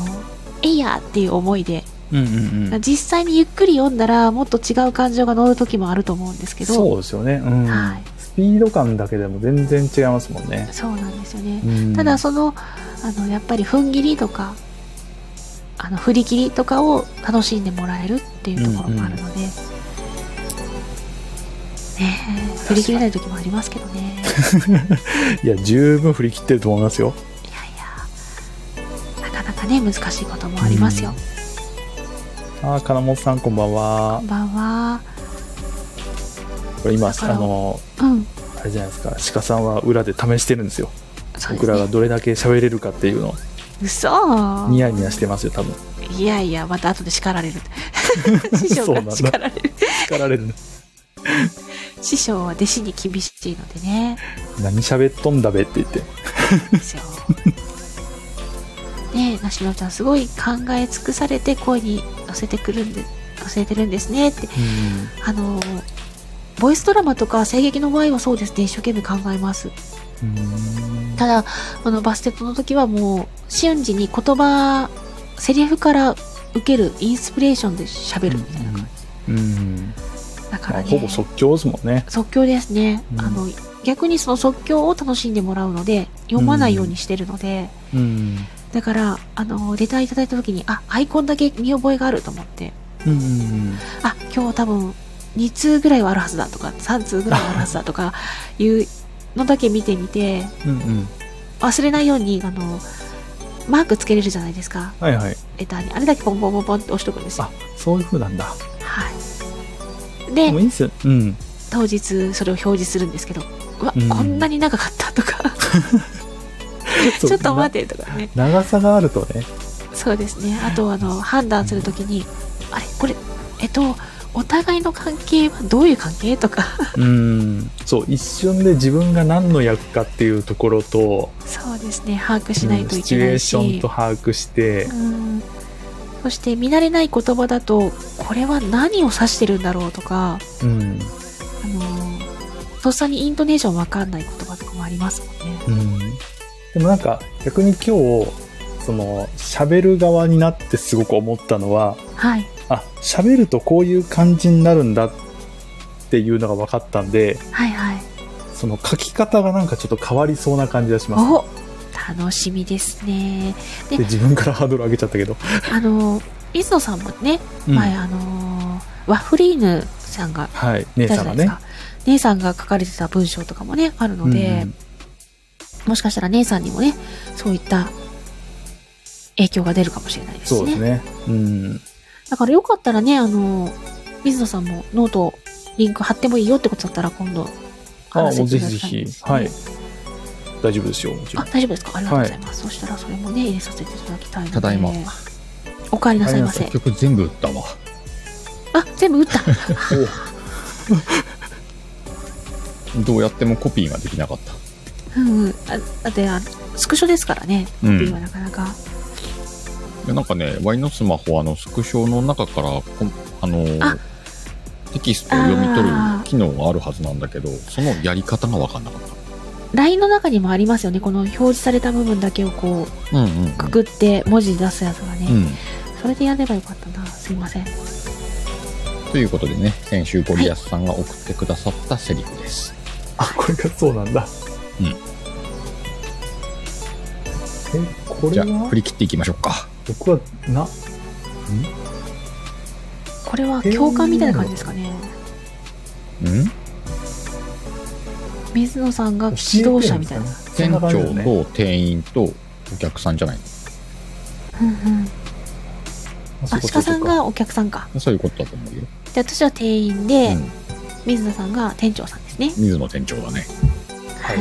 [SPEAKER 3] えいやーっていう思いで、
[SPEAKER 2] うんうんうん
[SPEAKER 3] 実際にゆっくり読んだらもっと違う感情が乗る時もあると思うんですけど
[SPEAKER 2] そうですよね、うん
[SPEAKER 3] はい
[SPEAKER 2] スピード感だけでも全然違いますもんね、
[SPEAKER 3] そうなんですよね、
[SPEAKER 2] うん
[SPEAKER 3] ただそのあのやっぱり踏ん切りとかあの振り切りとかを楽しんでもらえるっていうところもあるので、ねえ振り切れない時もあります けどね
[SPEAKER 2] いや十分振り切ってると思いますよ
[SPEAKER 3] いやいやなかなかね難しいこともありますよ、
[SPEAKER 2] あー金本さんこんばんは
[SPEAKER 3] こんばんは。
[SPEAKER 2] これ今あ
[SPEAKER 3] だから
[SPEAKER 2] の
[SPEAKER 3] うん。
[SPEAKER 2] あれじゃないですか鹿さんは裏で試してるんですよ
[SPEAKER 3] そうですね
[SPEAKER 2] 僕らがどれだけ喋れるかっていうのを
[SPEAKER 3] 嘘
[SPEAKER 2] ニヤニヤしてますよ多分
[SPEAKER 3] いいやいやまた後で叱 られる師匠
[SPEAKER 2] そうなん
[SPEAKER 3] が
[SPEAKER 2] だ
[SPEAKER 3] 叱られる
[SPEAKER 2] 叱られる
[SPEAKER 3] 師匠は弟子に厳しいのでね
[SPEAKER 2] 何喋っとんだべって言って
[SPEAKER 3] ですよねえなしのちゃんすごい考え尽くされて声に乗せてくるんで乗せてるんですねってあのボイスドラマとか声劇の場合はそうですね一生懸命考えます
[SPEAKER 2] うん
[SPEAKER 3] ただあのバステットの時はもう瞬時に言葉セリフから受けるインスピレーションで喋るみたいな感
[SPEAKER 2] うんうん
[SPEAKER 3] じだか
[SPEAKER 2] ま
[SPEAKER 3] ら、
[SPEAKER 2] あ
[SPEAKER 3] ね、
[SPEAKER 2] ほぼ即興ですもんね
[SPEAKER 3] 即興ですね、
[SPEAKER 2] うん
[SPEAKER 3] あの逆にその即興を楽しんでもらうので読まないようにしてるので、
[SPEAKER 2] うん
[SPEAKER 3] だからあのレターいただいた時にあアイコンだけ見覚えがあると思って
[SPEAKER 2] うん
[SPEAKER 3] あ今日多分2通ぐらいはあるはずだとか3通ぐらいはあるはずだと かいうのだけ見てみて
[SPEAKER 2] うんうん
[SPEAKER 3] 忘れないようにあのマークつけれるじゃないですか
[SPEAKER 2] はいはい
[SPEAKER 3] レターにあれだけポンポンポンポンって押しとくんですよ
[SPEAKER 2] あそういう風なんだ
[SPEAKER 3] はい
[SPEAKER 2] で
[SPEAKER 3] で
[SPEAKER 2] もいいっすようん
[SPEAKER 3] 当日それを表示するんですけどうわ、
[SPEAKER 2] うん
[SPEAKER 3] こんなに長かったとか ちょっと待ってとかね
[SPEAKER 2] な長さがあるとね
[SPEAKER 3] そうですねあとあの判断するときにあれこれえっとお互いの関係はどういう関係とか
[SPEAKER 2] うんそう一瞬で自分が何の役かっていうところと
[SPEAKER 3] そうですね把握しないとい
[SPEAKER 2] シチ
[SPEAKER 3] け
[SPEAKER 2] ュ
[SPEAKER 3] な
[SPEAKER 2] エー
[SPEAKER 3] い
[SPEAKER 2] ション
[SPEAKER 3] し
[SPEAKER 2] と、把握して
[SPEAKER 3] うん、そして見慣れない言葉だとこれは何を指してるんだろうとか
[SPEAKER 2] うん
[SPEAKER 3] あのとっさにイントネーションわかんない言葉とかもありますもんね
[SPEAKER 2] うんでもなんか逆に今日その喋る側になってすごく思ったのは
[SPEAKER 3] はい
[SPEAKER 2] あ喋るとこういう感じになるんだっていうのが分かったんで
[SPEAKER 3] はいはい
[SPEAKER 2] その書き方がなんかちょっと変わりそうな感じがします
[SPEAKER 3] お楽しみですね
[SPEAKER 2] で自分からハードル上げちゃったけど、
[SPEAKER 3] あ の水野さんもね
[SPEAKER 2] うん
[SPEAKER 3] 前、あのワッフリーヌさんが
[SPEAKER 2] はい姉さんがね
[SPEAKER 3] 姉さんが書かれてた文章とかもねあるので、
[SPEAKER 2] うん
[SPEAKER 3] もしかしたら姉さんにもねそういった影響が出るかもしれないです
[SPEAKER 2] そう
[SPEAKER 3] ね
[SPEAKER 2] ですねうん
[SPEAKER 3] だからよかったらねあの水野さんもノートリンク貼ってもいいよってことだったら今度
[SPEAKER 2] あもう
[SPEAKER 3] 話し
[SPEAKER 2] ぜ
[SPEAKER 3] てくだ
[SPEAKER 2] ひぜ
[SPEAKER 3] さい
[SPEAKER 2] ひはい大丈夫ですよもちろ
[SPEAKER 3] あ
[SPEAKER 2] ん
[SPEAKER 3] 大丈夫ですかありがとうございます、そしたらそれもね入れさせていただきたいので
[SPEAKER 1] ただいま
[SPEAKER 3] お帰りなさいませ
[SPEAKER 1] 結局全部売ったわ
[SPEAKER 3] あ全部打った
[SPEAKER 1] どうやってもコピーができなかった
[SPEAKER 3] うんうん、あだってあスクショですからね、コピ
[SPEAKER 1] うん
[SPEAKER 3] ーはなかなか。
[SPEAKER 1] いやなんかね、ワイのスマホはあのスクショの中からこんあのー
[SPEAKER 3] あ
[SPEAKER 1] テキストを読み取る
[SPEAKER 3] あー
[SPEAKER 1] 機能があるはずなんだけど、そのやり方が分かんなかっ
[SPEAKER 3] LINE の中にもありますよね、この表示された部分だけをこう、
[SPEAKER 1] た。うんうん、うん。
[SPEAKER 3] くくって文字出すやつがね、
[SPEAKER 1] うん。
[SPEAKER 3] それでやればよかったな、すいません。
[SPEAKER 1] ということでね、先週ゴリアスさんが送ってくださったセリフです。
[SPEAKER 2] あこれがそうなんだ
[SPEAKER 1] うん
[SPEAKER 2] えこ
[SPEAKER 1] じ
[SPEAKER 2] れ
[SPEAKER 1] ゃあ、
[SPEAKER 2] は
[SPEAKER 1] 振り切っていきましょうか。
[SPEAKER 2] 僕はな
[SPEAKER 3] これは共感みたいな感じですかね。
[SPEAKER 1] うん
[SPEAKER 3] 水野さんが指導者みたいな。
[SPEAKER 2] そん
[SPEAKER 1] 店
[SPEAKER 2] な感じだ
[SPEAKER 1] 長
[SPEAKER 2] よね
[SPEAKER 1] と店員とお客さんじゃない
[SPEAKER 3] うんうん、
[SPEAKER 2] あ
[SPEAKER 3] あ、
[SPEAKER 2] そうか
[SPEAKER 3] 鹿さん
[SPEAKER 2] そうか
[SPEAKER 3] がお客さんか。
[SPEAKER 1] のそういうことだと思うよ。
[SPEAKER 3] で、私は店員で、
[SPEAKER 1] うん。
[SPEAKER 3] 水野さんが店長さんですね。
[SPEAKER 1] 水野店長だね。
[SPEAKER 3] はい。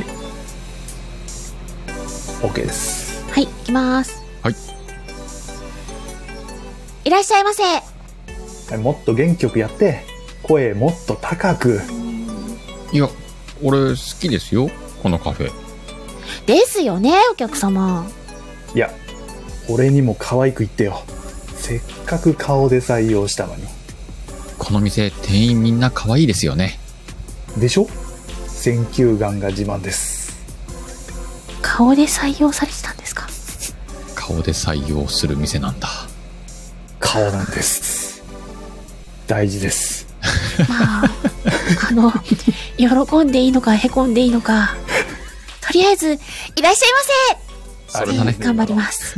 [SPEAKER 2] OK です
[SPEAKER 3] はい、行きます。
[SPEAKER 1] はい。
[SPEAKER 3] いらっしゃいませ。
[SPEAKER 2] もっと元気よくやって声もっと高く
[SPEAKER 1] いや、俺好きですよ、このカフェ。
[SPEAKER 3] ですよね、お客様。
[SPEAKER 2] いや俺にも可愛く言ってよせっかく顔で採用したのに
[SPEAKER 1] この店、店員みんな可愛いですよね。
[SPEAKER 2] でしょ選球眼が自慢です
[SPEAKER 3] 顔で採用されてたんですか
[SPEAKER 1] 顔で採用する店なんだ。
[SPEAKER 2] 顔なんです大事です
[SPEAKER 3] まああの喜んでいいのかへこんでいいのかとりあえずいらっしゃ
[SPEAKER 1] そ
[SPEAKER 3] い
[SPEAKER 1] れだね
[SPEAKER 3] ませ頑張ります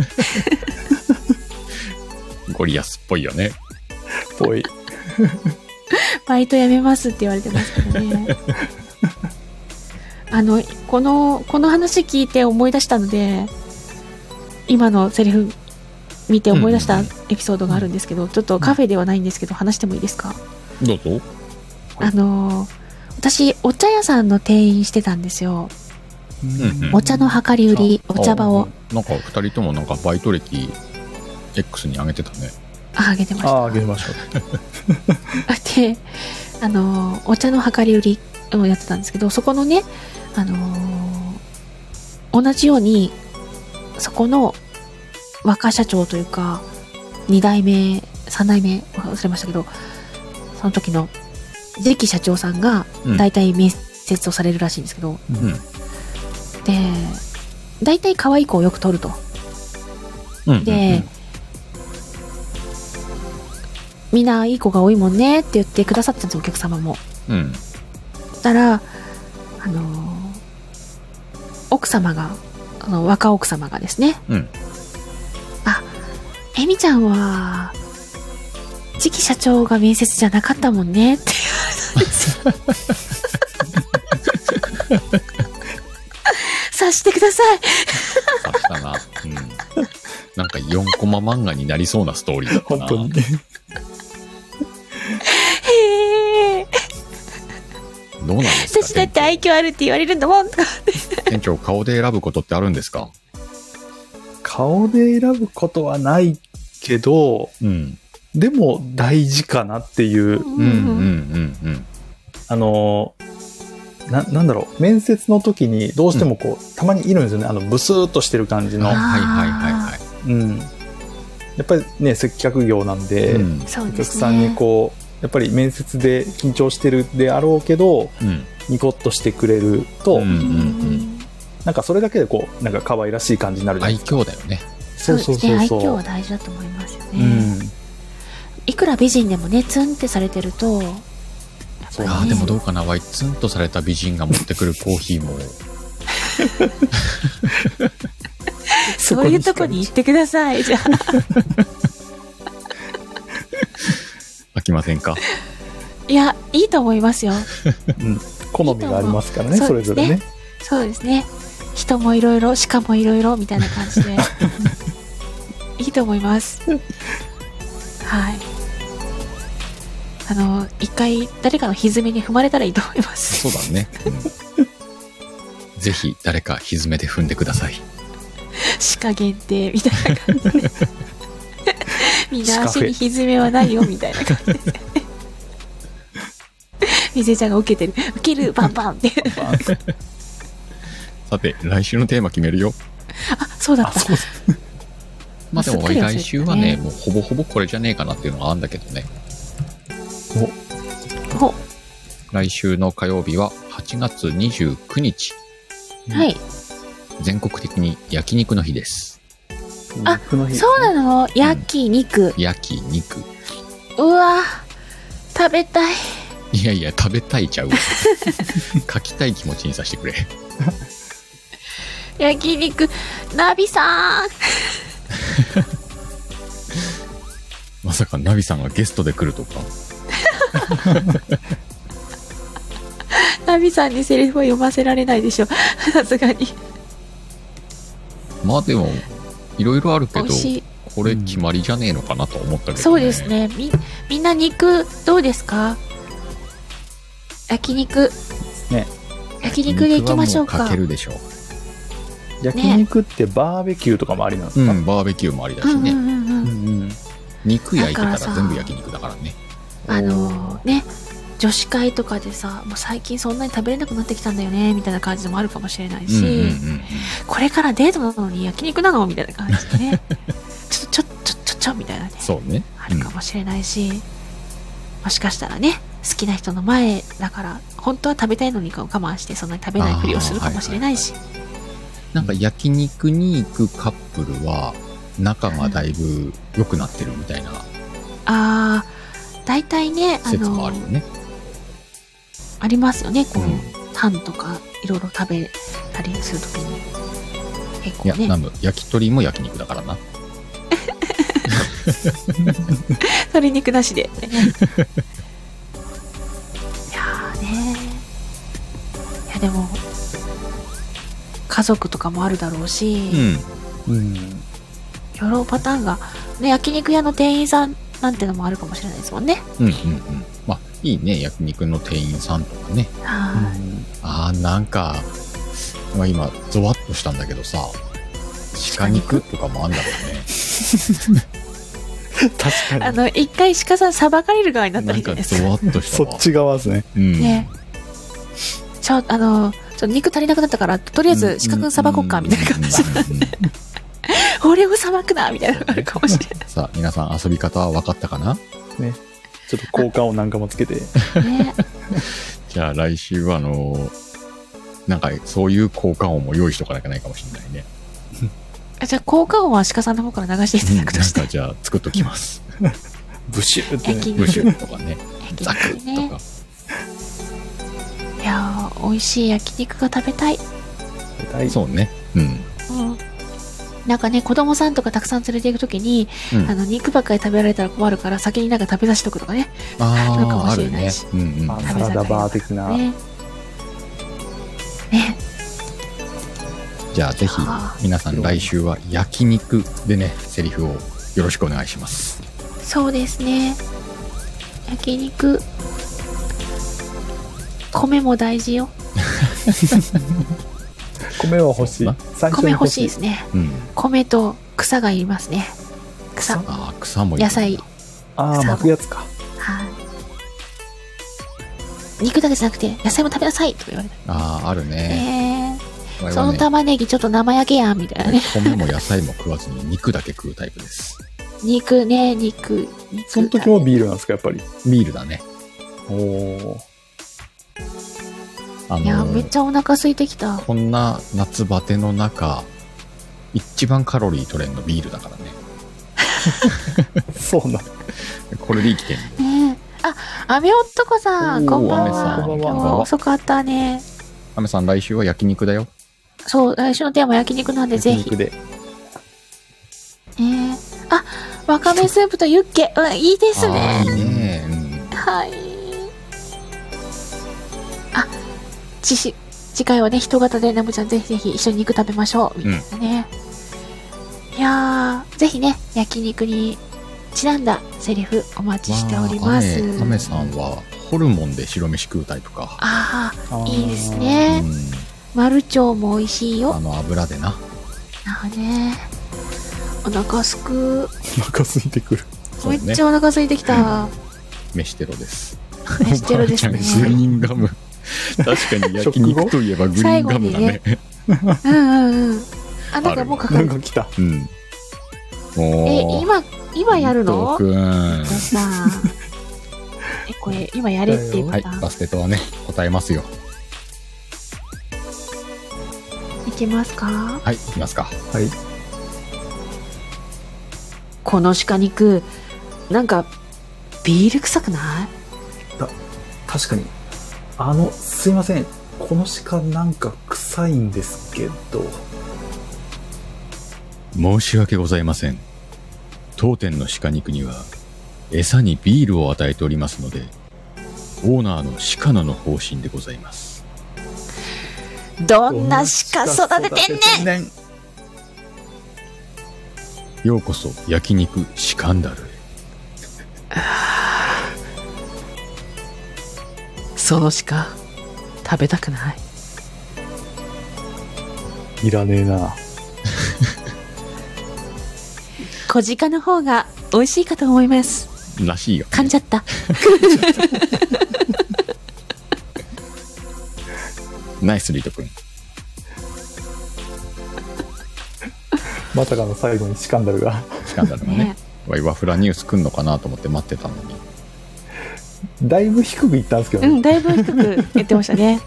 [SPEAKER 1] ゴリアスっぽいよね。
[SPEAKER 2] すぽい
[SPEAKER 3] バイト辞めますって言われてますけどね あのこのこの話聞いて思い出したので今のセリフ見て思い出し
[SPEAKER 1] うん
[SPEAKER 3] た
[SPEAKER 1] うん
[SPEAKER 3] エピソードがあるんですけど、ちょっとカフェではないんですけど話してもいいですか、
[SPEAKER 1] どうぞ。
[SPEAKER 3] あの私お茶屋さんの店員してたんですよ
[SPEAKER 1] ん
[SPEAKER 3] お茶の量り売りお茶葉を
[SPEAKER 1] なんか二人ともなんかバイト歴 X に上げてたね
[SPEAKER 3] ああげてまし
[SPEAKER 2] あ
[SPEAKER 3] た
[SPEAKER 2] ああげましょう
[SPEAKER 3] であのお茶の量り売りをやってたんですけどそこのねあの同じようにそこの若社長というか2代目3代目忘れましたけどその時の次期社長さんが
[SPEAKER 1] うん
[SPEAKER 3] 大体面接をされるらしいんですけど、
[SPEAKER 1] うん
[SPEAKER 3] で大体可愛い子をよく取ると。
[SPEAKER 1] うん
[SPEAKER 3] で、みんないい子が多いもんねって言ってくださってたんですよお客様も。
[SPEAKER 1] うんうん
[SPEAKER 3] ったら、あのー奥様が、あの若奥様がですね、
[SPEAKER 1] うん
[SPEAKER 3] あ、エミちゃんは、次期社長が面接じゃなかったもんねって言われたんですよ察してください。
[SPEAKER 1] あったな、うん、なんか4コマ漫画になりそうなストーリーだった
[SPEAKER 2] 本
[SPEAKER 1] な
[SPEAKER 2] 当に
[SPEAKER 3] へえ、
[SPEAKER 1] どうなんですか
[SPEAKER 3] 私だって愛嬌あるって言われるんだもん。
[SPEAKER 1] 店長顔で選ぶことってあるんですか
[SPEAKER 2] 顔で選ぶことはないけど
[SPEAKER 1] うん
[SPEAKER 2] でも大事かなってい
[SPEAKER 1] う
[SPEAKER 2] う
[SPEAKER 1] んうんうんうん
[SPEAKER 2] あのななんだろう面接の時にどうしてもこう、たまにいるんですよねあのブスーっとしてる感じの
[SPEAKER 1] はい、はいはいはい
[SPEAKER 2] うん、やっぱりね接客業なんで、
[SPEAKER 1] うん
[SPEAKER 3] そう
[SPEAKER 2] お
[SPEAKER 3] で
[SPEAKER 2] 客
[SPEAKER 3] すね。
[SPEAKER 2] さんにこうやっぱり面接で緊張してるであろうけど
[SPEAKER 1] うん
[SPEAKER 2] ニコッとしてくれると、
[SPEAKER 1] うんうんうん
[SPEAKER 2] なんかそれだけでこうなんか可愛らしい感じになるじゃな
[SPEAKER 1] 愛
[SPEAKER 2] いですか
[SPEAKER 1] 嬌だよね
[SPEAKER 3] そうですね。愛嬌
[SPEAKER 2] う
[SPEAKER 3] は大事だと思いますよね。
[SPEAKER 2] うん、
[SPEAKER 3] いくら美人でもねツンってされてると
[SPEAKER 1] あ
[SPEAKER 2] そうな
[SPEAKER 1] ーで
[SPEAKER 2] んです
[SPEAKER 1] もどうかなワイツンとされた美人が持ってくるコーヒーも
[SPEAKER 2] そ
[SPEAKER 3] そ
[SPEAKER 2] こ
[SPEAKER 3] う
[SPEAKER 2] に
[SPEAKER 3] いうとこに行ってくださいじゃあ
[SPEAKER 1] 飽きませんか
[SPEAKER 3] いやいいと思いますよ
[SPEAKER 2] 好みがありますからね
[SPEAKER 3] そう
[SPEAKER 2] それぞれ
[SPEAKER 3] そ
[SPEAKER 2] ね
[SPEAKER 3] うでそうですね人もいろいろ鹿もいろいろみたいな感じ でいいと思いますはいあの一回誰かの歪みに踏まれたらいいと思います
[SPEAKER 1] そうだね、うん、ぜひ誰か蹄で踏んでください
[SPEAKER 3] 鹿限定みたいな感じ でみんな
[SPEAKER 2] 鹿フ
[SPEAKER 3] 足
[SPEAKER 2] ェ
[SPEAKER 3] に歪みはないよみたいな感じでみずえちゃんが受けてる受けるバンバンって
[SPEAKER 1] さて来週のテーマ決めるよ
[SPEAKER 3] あそうだっ
[SPEAKER 2] あ
[SPEAKER 3] た
[SPEAKER 2] そう
[SPEAKER 1] まあですも
[SPEAKER 3] っかり忘れてたね
[SPEAKER 1] 来週はねもうほぼほぼこれじゃねえかなっていうのがあるんだけどね
[SPEAKER 3] お
[SPEAKER 1] 来週の火曜日は8月29日
[SPEAKER 3] はい
[SPEAKER 1] 全国的に焼肉の日です
[SPEAKER 3] あ
[SPEAKER 2] 肉の日
[SPEAKER 3] そうなの焼き肉、
[SPEAKER 1] 焼肉
[SPEAKER 3] うわ食べたい
[SPEAKER 1] いやいや食べたいちゃ うわ書きたい気持ちにさせてくれ
[SPEAKER 3] 焼き肉ナビさん
[SPEAKER 1] まさかナビさんがゲストで来るとか
[SPEAKER 3] ナビさんにセリフは読ませられないでしょさすがに
[SPEAKER 1] まあでもいろいろあるけ
[SPEAKER 3] 美
[SPEAKER 1] ど
[SPEAKER 3] 味しい
[SPEAKER 1] これ決まりじゃねえのかなと思ったけど、ね
[SPEAKER 3] そうですねみみんな肉どうですか焼き肉
[SPEAKER 2] ね
[SPEAKER 3] 焼き肉でいきましょう
[SPEAKER 1] 肉はもか
[SPEAKER 3] か
[SPEAKER 1] けるでしょ
[SPEAKER 2] 焼肉ってバーベキューとかもありなんで
[SPEAKER 1] う、
[SPEAKER 2] すか、
[SPEAKER 1] ん、バーベキューもありだ
[SPEAKER 3] う
[SPEAKER 1] し
[SPEAKER 3] ん
[SPEAKER 1] ね、
[SPEAKER 3] うんうんうん
[SPEAKER 2] んうん、
[SPEAKER 1] 肉焼いてたら
[SPEAKER 3] だからさ
[SPEAKER 1] 全部焼肉だからね
[SPEAKER 3] あのね女子会とかでさもう最近そんなに食べれなくなってきたんだよねみたいな感じでもあるかもしれないし、
[SPEAKER 1] うんうんうんうん
[SPEAKER 3] これからデートなのに焼肉なのみたいな感じで ねちょっとちょっとちょっとちょっとみたいなね
[SPEAKER 1] そうね
[SPEAKER 3] あるかもしれないし、もしかしたらね好きな人の前だから本当は食べたいのに我慢してそんなに食べないふりをするかもしれないし、
[SPEAKER 1] なんか焼肉に行くカップルは仲がだいぶ良くなってるみたいな
[SPEAKER 3] ああ大体ねあ
[SPEAKER 1] 説
[SPEAKER 3] の
[SPEAKER 1] もあるよね、
[SPEAKER 3] ありますよねこう、
[SPEAKER 1] うん
[SPEAKER 3] タンとかいろいろ食べたりするときに結
[SPEAKER 1] い
[SPEAKER 3] 構
[SPEAKER 1] や
[SPEAKER 3] ね
[SPEAKER 1] ナム焼き鳥も焼肉だからな
[SPEAKER 3] 鶏肉なし でいやーねいやでも家族とかもあるだろうし、
[SPEAKER 1] うん
[SPEAKER 2] うん
[SPEAKER 3] いろいろパターンが、ね、焼肉屋の店員さんなんてのもあるかもしれないですもんね
[SPEAKER 1] うんうんうんまあいいね焼肉の店員さんとかね
[SPEAKER 3] は
[SPEAKER 1] あーなんか、まあ、今ゾワッとしたんだけどさ鹿肉とかもあんだろうね
[SPEAKER 2] 確か
[SPEAKER 3] あ
[SPEAKER 2] に
[SPEAKER 3] の一回鹿さん裁かれる側になった
[SPEAKER 1] な
[SPEAKER 3] らい
[SPEAKER 1] ん
[SPEAKER 3] いじゃ
[SPEAKER 1] か
[SPEAKER 3] ないです
[SPEAKER 1] ゾ
[SPEAKER 3] か
[SPEAKER 1] ワッとした
[SPEAKER 2] そ
[SPEAKER 1] わ
[SPEAKER 2] っち側ですね
[SPEAKER 1] うん
[SPEAKER 3] ねちょあのちょっと肉足りなくなったからとりあえず鹿くん裁こっかみたいな感じ、
[SPEAKER 1] うんうんうんうん
[SPEAKER 3] 俺を裁くなみたいなのがあるかもしれ
[SPEAKER 1] さあ皆さん遊び方は分かったかな
[SPEAKER 2] ちょっと効果音なんかもつけて
[SPEAKER 3] ないね
[SPEAKER 1] じゃあ来週はあのなんかそういう効果音も用意しとかなきゃないかもしれないね
[SPEAKER 3] じゃあ効果音は鹿さんの方から流していた
[SPEAKER 1] な
[SPEAKER 3] だ
[SPEAKER 1] ん
[SPEAKER 3] くとして、
[SPEAKER 1] かじゃあ作っときます
[SPEAKER 2] ブシューって、
[SPEAKER 3] エキ
[SPEAKER 2] ね、
[SPEAKER 1] ブシュとかね
[SPEAKER 3] 焼
[SPEAKER 1] ザク
[SPEAKER 3] 肉
[SPEAKER 1] と
[SPEAKER 3] ね
[SPEAKER 1] か
[SPEAKER 3] いやー美味しい焼き肉が食べたい、
[SPEAKER 2] 大
[SPEAKER 1] そうねうん
[SPEAKER 3] うん、なんかね子供さんとかたくさん連れていくときに、
[SPEAKER 1] うん
[SPEAKER 3] あの肉ばっかり食べられたら困るから先になんか食べさせておくとかね
[SPEAKER 1] あ
[SPEAKER 3] か
[SPEAKER 1] あ
[SPEAKER 3] も
[SPEAKER 1] あ
[SPEAKER 3] しれ
[SPEAKER 1] る
[SPEAKER 3] ない
[SPEAKER 1] ね
[SPEAKER 3] し
[SPEAKER 1] うんうん
[SPEAKER 2] あ
[SPEAKER 3] 食
[SPEAKER 2] サ
[SPEAKER 3] べ盛り
[SPEAKER 2] ラダバー的な、
[SPEAKER 3] ねね
[SPEAKER 1] じゃあぜひ
[SPEAKER 3] あ
[SPEAKER 1] 皆さん来週は焼肉でねセリフをよろしくお願いし ます
[SPEAKER 3] そうですね焼肉米も大事よ
[SPEAKER 2] 米は欲しい
[SPEAKER 1] ま
[SPEAKER 2] 最初
[SPEAKER 3] 米
[SPEAKER 2] に
[SPEAKER 3] 欲
[SPEAKER 2] 欲
[SPEAKER 3] し
[SPEAKER 2] し
[SPEAKER 3] い
[SPEAKER 2] い
[SPEAKER 3] ですね
[SPEAKER 1] うん
[SPEAKER 3] 米と草がいりますね草
[SPEAKER 1] あー草もいい
[SPEAKER 3] 野菜
[SPEAKER 2] ああ巻くやつか
[SPEAKER 3] はい肉だけじゃなくて野菜も食べなさいとか言われた
[SPEAKER 1] あああるね
[SPEAKER 3] ね
[SPEAKER 1] 我々
[SPEAKER 3] えそ
[SPEAKER 1] は
[SPEAKER 3] の
[SPEAKER 1] ね
[SPEAKER 3] 玉ねぎちょっと生焼けやんみたいなね
[SPEAKER 1] 米も野菜も食わずに肉だけ食うタイプです
[SPEAKER 3] 肉ね肉肉
[SPEAKER 2] その時もビールなんですかやっぱり
[SPEAKER 1] ビールだね
[SPEAKER 2] おお
[SPEAKER 1] あの
[SPEAKER 3] いやめっちゃお腹空いてきた
[SPEAKER 1] こんな夏バテの中一番カロリー取れんのビールだからね
[SPEAKER 2] そうなん
[SPEAKER 1] これで生きてん の
[SPEAKER 3] ねえあアメ男さん
[SPEAKER 2] おー
[SPEAKER 3] こんばん
[SPEAKER 1] アメさん
[SPEAKER 3] は
[SPEAKER 1] こんば
[SPEAKER 3] 今
[SPEAKER 1] んは
[SPEAKER 3] 日遅かったね
[SPEAKER 1] アメさん来週は焼肉だよ
[SPEAKER 3] そう来週のテーマ焼肉なんでぜひ
[SPEAKER 2] 肉で
[SPEAKER 3] ねえあわかめスープとユッケ、うん、いいです
[SPEAKER 1] ああ
[SPEAKER 3] ね
[SPEAKER 1] いいね、
[SPEAKER 3] はいあちし次回はね人型でナムちゃんぜひぜひ一緒に肉食べましょうみたいなね、いやーぜひね焼肉にちなんだセリフお待
[SPEAKER 1] うん
[SPEAKER 3] ちしておりま
[SPEAKER 1] わあ
[SPEAKER 3] す
[SPEAKER 1] アメアメさんはホルモンで白飯食うタイプか
[SPEAKER 3] あ
[SPEAKER 2] あ
[SPEAKER 3] あ
[SPEAKER 2] ー
[SPEAKER 3] いいですね
[SPEAKER 1] う
[SPEAKER 3] マルチョウも美味しい
[SPEAKER 1] ん、あ
[SPEAKER 3] よ
[SPEAKER 1] の油でな
[SPEAKER 3] なんかねお腹すく
[SPEAKER 2] お腹空いて くる
[SPEAKER 1] そう
[SPEAKER 3] め
[SPEAKER 1] ね
[SPEAKER 3] っちゃお腹空いてきた、
[SPEAKER 1] 飯テロです
[SPEAKER 3] 飯テロで すね
[SPEAKER 1] グリーンガム確 かに焼肉といえばグリーンガムだね
[SPEAKER 3] うんうんうんあなんかも うかか
[SPEAKER 2] な
[SPEAKER 3] る
[SPEAKER 2] んか来た
[SPEAKER 1] うん
[SPEAKER 3] え
[SPEAKER 1] もう
[SPEAKER 3] 今今やるの
[SPEAKER 1] 伊藤くん
[SPEAKER 3] さ あえこれ今やれって言
[SPEAKER 1] は
[SPEAKER 3] っ
[SPEAKER 1] い
[SPEAKER 3] た、
[SPEAKER 1] バステトはね答えますよ
[SPEAKER 3] い、けますか
[SPEAKER 1] はい行きますか
[SPEAKER 2] はい
[SPEAKER 3] この鹿肉なんかビール臭くない
[SPEAKER 2] 確かにあのすいませんこの鹿なんか臭いんですけど
[SPEAKER 1] 申し訳ございません当店の鹿肉には餌にビールを与えておりますのでオーナーの鹿野の方針でございます
[SPEAKER 3] どんな鹿育ててんねん
[SPEAKER 2] ねん
[SPEAKER 1] ようこそ焼肉シカンダルへ
[SPEAKER 3] その鹿食べたくない
[SPEAKER 2] いらねえな
[SPEAKER 3] 小鹿の方が美味しいかと思います
[SPEAKER 1] らしいよ、
[SPEAKER 3] 噛んじゃった
[SPEAKER 1] ナイスリート君
[SPEAKER 2] まさかの最後にシカンダル が
[SPEAKER 1] シカンダルがね
[SPEAKER 3] ね
[SPEAKER 1] わいワフラニュース来んのかなと思って待ってたのに
[SPEAKER 2] だいぶ低くいったんですけど、
[SPEAKER 3] う
[SPEAKER 2] ね
[SPEAKER 3] んだいぶ低く言ってました ね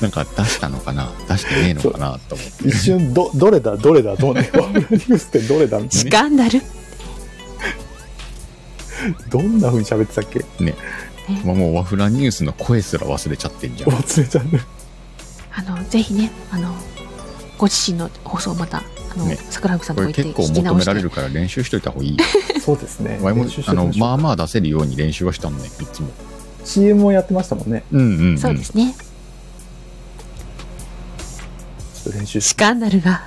[SPEAKER 1] なんか出したのかな出してねえのかなと思って
[SPEAKER 2] 一瞬どどれだどれだど れだワフラニュースってどれだみたい
[SPEAKER 3] シカンダル
[SPEAKER 2] などんな風に喋ってたっけ
[SPEAKER 1] まあもうワフラニュースの声すら忘れちゃってんじゃん
[SPEAKER 2] 忘れちゃうね
[SPEAKER 3] あのぜひねあのご自身の放送またあの、
[SPEAKER 1] ね
[SPEAKER 3] 桜福さん
[SPEAKER 1] ことれ
[SPEAKER 3] こ行って
[SPEAKER 1] 結構
[SPEAKER 3] 聞き
[SPEAKER 1] 求
[SPEAKER 3] 直
[SPEAKER 1] め
[SPEAKER 3] し
[SPEAKER 1] られ
[SPEAKER 3] て
[SPEAKER 1] るから練習しといた方がいいよ
[SPEAKER 2] そうですね
[SPEAKER 1] わいも
[SPEAKER 2] 練習して
[SPEAKER 1] あ
[SPEAKER 2] み
[SPEAKER 1] の
[SPEAKER 2] ましょう
[SPEAKER 1] まあまあ出せるように練習はしたのねいつも
[SPEAKER 2] CM をやってましたもんね
[SPEAKER 1] うんうん、うん、
[SPEAKER 3] そうですね
[SPEAKER 2] ちょっと練習し
[SPEAKER 3] シカンダルが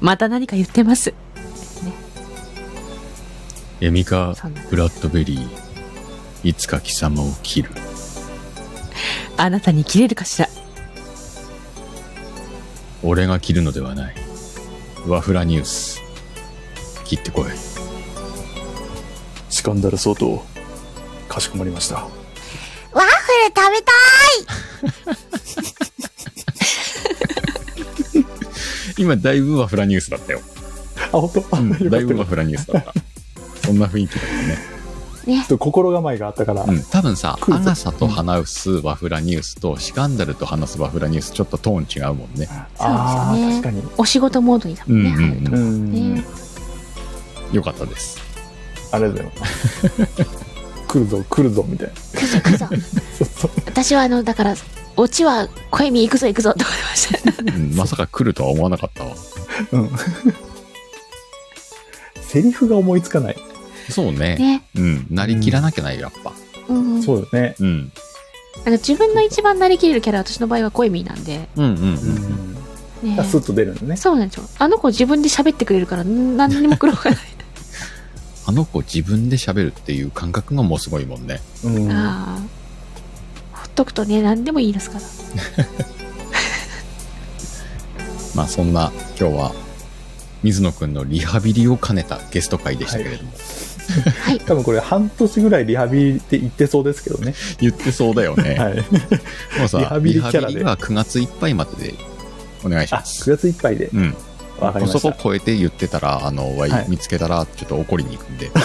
[SPEAKER 3] また何か言ってます
[SPEAKER 1] エミカ・
[SPEAKER 3] そんな
[SPEAKER 1] ブラッドベリーいつか貴様を切る
[SPEAKER 3] あなたに切れるかしら
[SPEAKER 1] 俺が切るのではないワフラニュース切ってこい
[SPEAKER 2] スカンダル相当かしこまりました
[SPEAKER 4] ワッフル食べたい
[SPEAKER 1] 今だいぶワフラニュースだったよ、
[SPEAKER 2] あ本 当、
[SPEAKER 1] うん、
[SPEAKER 2] よ
[SPEAKER 1] だ
[SPEAKER 2] か
[SPEAKER 1] い
[SPEAKER 2] った
[SPEAKER 1] ぶ
[SPEAKER 2] よか
[SPEAKER 1] ワ
[SPEAKER 2] っ
[SPEAKER 1] フラニュースだったそんな雰囲気だったね、
[SPEAKER 3] ね
[SPEAKER 2] た心構えがあったから、
[SPEAKER 1] うん、多分さ
[SPEAKER 2] クイ
[SPEAKER 1] ア
[SPEAKER 2] ズ
[SPEAKER 1] ガサと話すワフラニュースとシカンダルと話すワフラニュースちょっとトーン違うもんね
[SPEAKER 2] ああ、
[SPEAKER 3] そうです
[SPEAKER 2] 確
[SPEAKER 3] ね
[SPEAKER 2] かに
[SPEAKER 3] お仕事モードにだ
[SPEAKER 1] う
[SPEAKER 3] もん
[SPEAKER 1] んう
[SPEAKER 3] ね、
[SPEAKER 1] んう
[SPEAKER 2] う、
[SPEAKER 1] ん
[SPEAKER 3] ね
[SPEAKER 1] よかった です
[SPEAKER 2] ありがとうございます来るぞ来るぞみたいな
[SPEAKER 3] くぞくぞ
[SPEAKER 2] そうそう
[SPEAKER 3] 私はあのだからオチは声見行くぞ行くぞと思いました
[SPEAKER 1] うんまさか来るとは思わなかったわ
[SPEAKER 2] うん セリフが思いつかない、
[SPEAKER 1] そうね
[SPEAKER 3] ね
[SPEAKER 1] うんなりきらなきゃないやっぱ
[SPEAKER 3] うんうん
[SPEAKER 2] そうだよね、
[SPEAKER 1] うん
[SPEAKER 3] なんか自分の一番なりきれるキャラは私の場合は恋ミなんで、
[SPEAKER 1] うんうん
[SPEAKER 2] うん
[SPEAKER 3] ね
[SPEAKER 2] あ、スッと出るのね
[SPEAKER 3] そうなんですよあの子自分で喋ってくれるからん何にも苦労がない
[SPEAKER 1] あの子自分で喋るっていう感覚がもうすごいもんね
[SPEAKER 2] うん
[SPEAKER 3] ああほっとくとね何でも言い出すから
[SPEAKER 1] まあそんな今日は水野くんのリハビリを兼ねたゲスト会でしたけれども、
[SPEAKER 3] はい
[SPEAKER 2] 多分これ半年ぐらいリハビリって言ってそうですけどね、
[SPEAKER 1] 言ってそうだよね、
[SPEAKER 2] はい、
[SPEAKER 1] もうさ
[SPEAKER 2] リ
[SPEAKER 1] リ
[SPEAKER 2] ハ
[SPEAKER 1] ハ
[SPEAKER 2] ビ
[SPEAKER 1] ビ
[SPEAKER 2] リ
[SPEAKER 1] リ
[SPEAKER 2] キャラで
[SPEAKER 1] は9月いっぱいまででお願いし
[SPEAKER 2] あ
[SPEAKER 1] ます
[SPEAKER 2] 9月いっぱいで
[SPEAKER 1] うん、
[SPEAKER 2] わかりま
[SPEAKER 1] そ
[SPEAKER 2] した
[SPEAKER 1] こ超えて言ってたらあの、わい
[SPEAKER 2] はい
[SPEAKER 1] 見つけたらちょっと怒りに行くんで
[SPEAKER 3] あ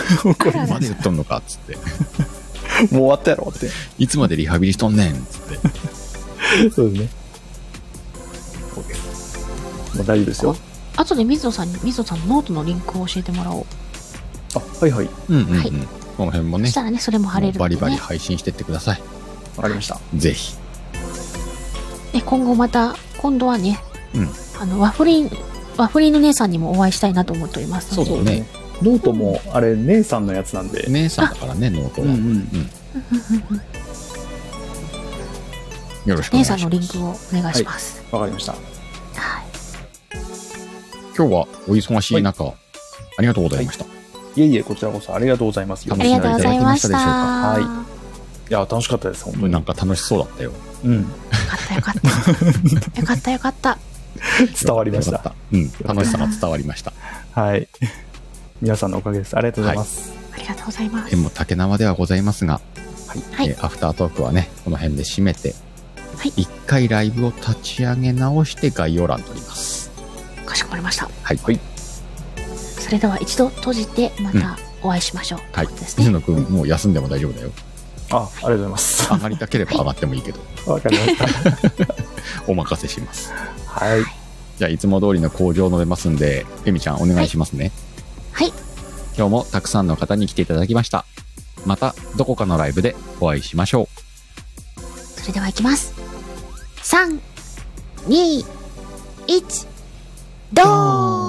[SPEAKER 3] ら
[SPEAKER 1] まだ
[SPEAKER 3] ら
[SPEAKER 1] 言っとんのかっつって
[SPEAKER 2] もう終わったやろって
[SPEAKER 1] いつまでリハビリしとんねんっつって
[SPEAKER 2] そうですね。そうです。もう大丈夫ですよ。
[SPEAKER 3] あとで水野さんに水野さんのノートのリンクを教えてもらおう、
[SPEAKER 2] あ、はいはい。
[SPEAKER 1] うんうんうん、
[SPEAKER 3] はい
[SPEAKER 1] この辺も
[SPEAKER 3] そ
[SPEAKER 1] ね
[SPEAKER 3] したらねそれも貼れるんで、ね、
[SPEAKER 1] バリバリ配信してってください
[SPEAKER 2] わかりました。
[SPEAKER 1] ぜひ
[SPEAKER 3] で今後また今度はね、
[SPEAKER 1] うん
[SPEAKER 3] あのワフリンワフリンの姉さんにもお会いしたいなと思っておりますので
[SPEAKER 1] そうだね。
[SPEAKER 2] ノートも、あれ、姉さんのやつなんで。
[SPEAKER 1] 姉さんだからねノートは、
[SPEAKER 2] ん
[SPEAKER 3] うんうんうん
[SPEAKER 1] よろしくお願
[SPEAKER 3] 姉
[SPEAKER 1] いし
[SPEAKER 3] さ
[SPEAKER 1] ま
[SPEAKER 3] ん
[SPEAKER 1] す
[SPEAKER 3] のリンクをお願いします、
[SPEAKER 2] わかりました。
[SPEAKER 3] はい
[SPEAKER 1] 今日はお忙しい中、ありがとうございました、
[SPEAKER 2] いえいえ、こちらこそありがとうございます。い
[SPEAKER 1] あ
[SPEAKER 3] ありがとうございまし
[SPEAKER 1] お楽しみ
[SPEAKER 3] た
[SPEAKER 1] い
[SPEAKER 2] だけましたでしょうかや、楽しかったです、本当に。
[SPEAKER 1] なんか楽しそうだったよ
[SPEAKER 2] うん。
[SPEAKER 3] よかったよかった よかったよかった
[SPEAKER 2] 伝わりまし
[SPEAKER 1] よか
[SPEAKER 2] た。
[SPEAKER 1] ったよかったうん楽しさが伝わりました
[SPEAKER 2] はい。 皆さんのおかげです。ありがとうございます。
[SPEAKER 3] ありがとうございます
[SPEAKER 1] 縁も竹縄ではございますが、
[SPEAKER 3] はい
[SPEAKER 1] えーアフタートークはねこの辺で締めて、
[SPEAKER 3] はい
[SPEAKER 1] 一回ライブを立ち上げ直して概要欄取ります
[SPEAKER 3] かしこまりました
[SPEAKER 1] はい、
[SPEAKER 3] それでは一度閉じてまたお会いしましょう、
[SPEAKER 1] はい
[SPEAKER 3] そうです
[SPEAKER 1] 水
[SPEAKER 3] ね
[SPEAKER 1] 野君もう休んでも大丈夫だよ
[SPEAKER 2] あ、ありがとうございます。
[SPEAKER 1] 上がりたければ上がってもいいけど、
[SPEAKER 2] わかりました。
[SPEAKER 1] お任せします
[SPEAKER 2] はい。
[SPEAKER 1] じゃあいつも通りの工場述べますんでエミちゃんお願いしますね
[SPEAKER 3] はいはい
[SPEAKER 1] 今日もたくさんの方に来ていただきましたまたどこかのライブでお会いしましょう
[SPEAKER 3] それではいきます321どう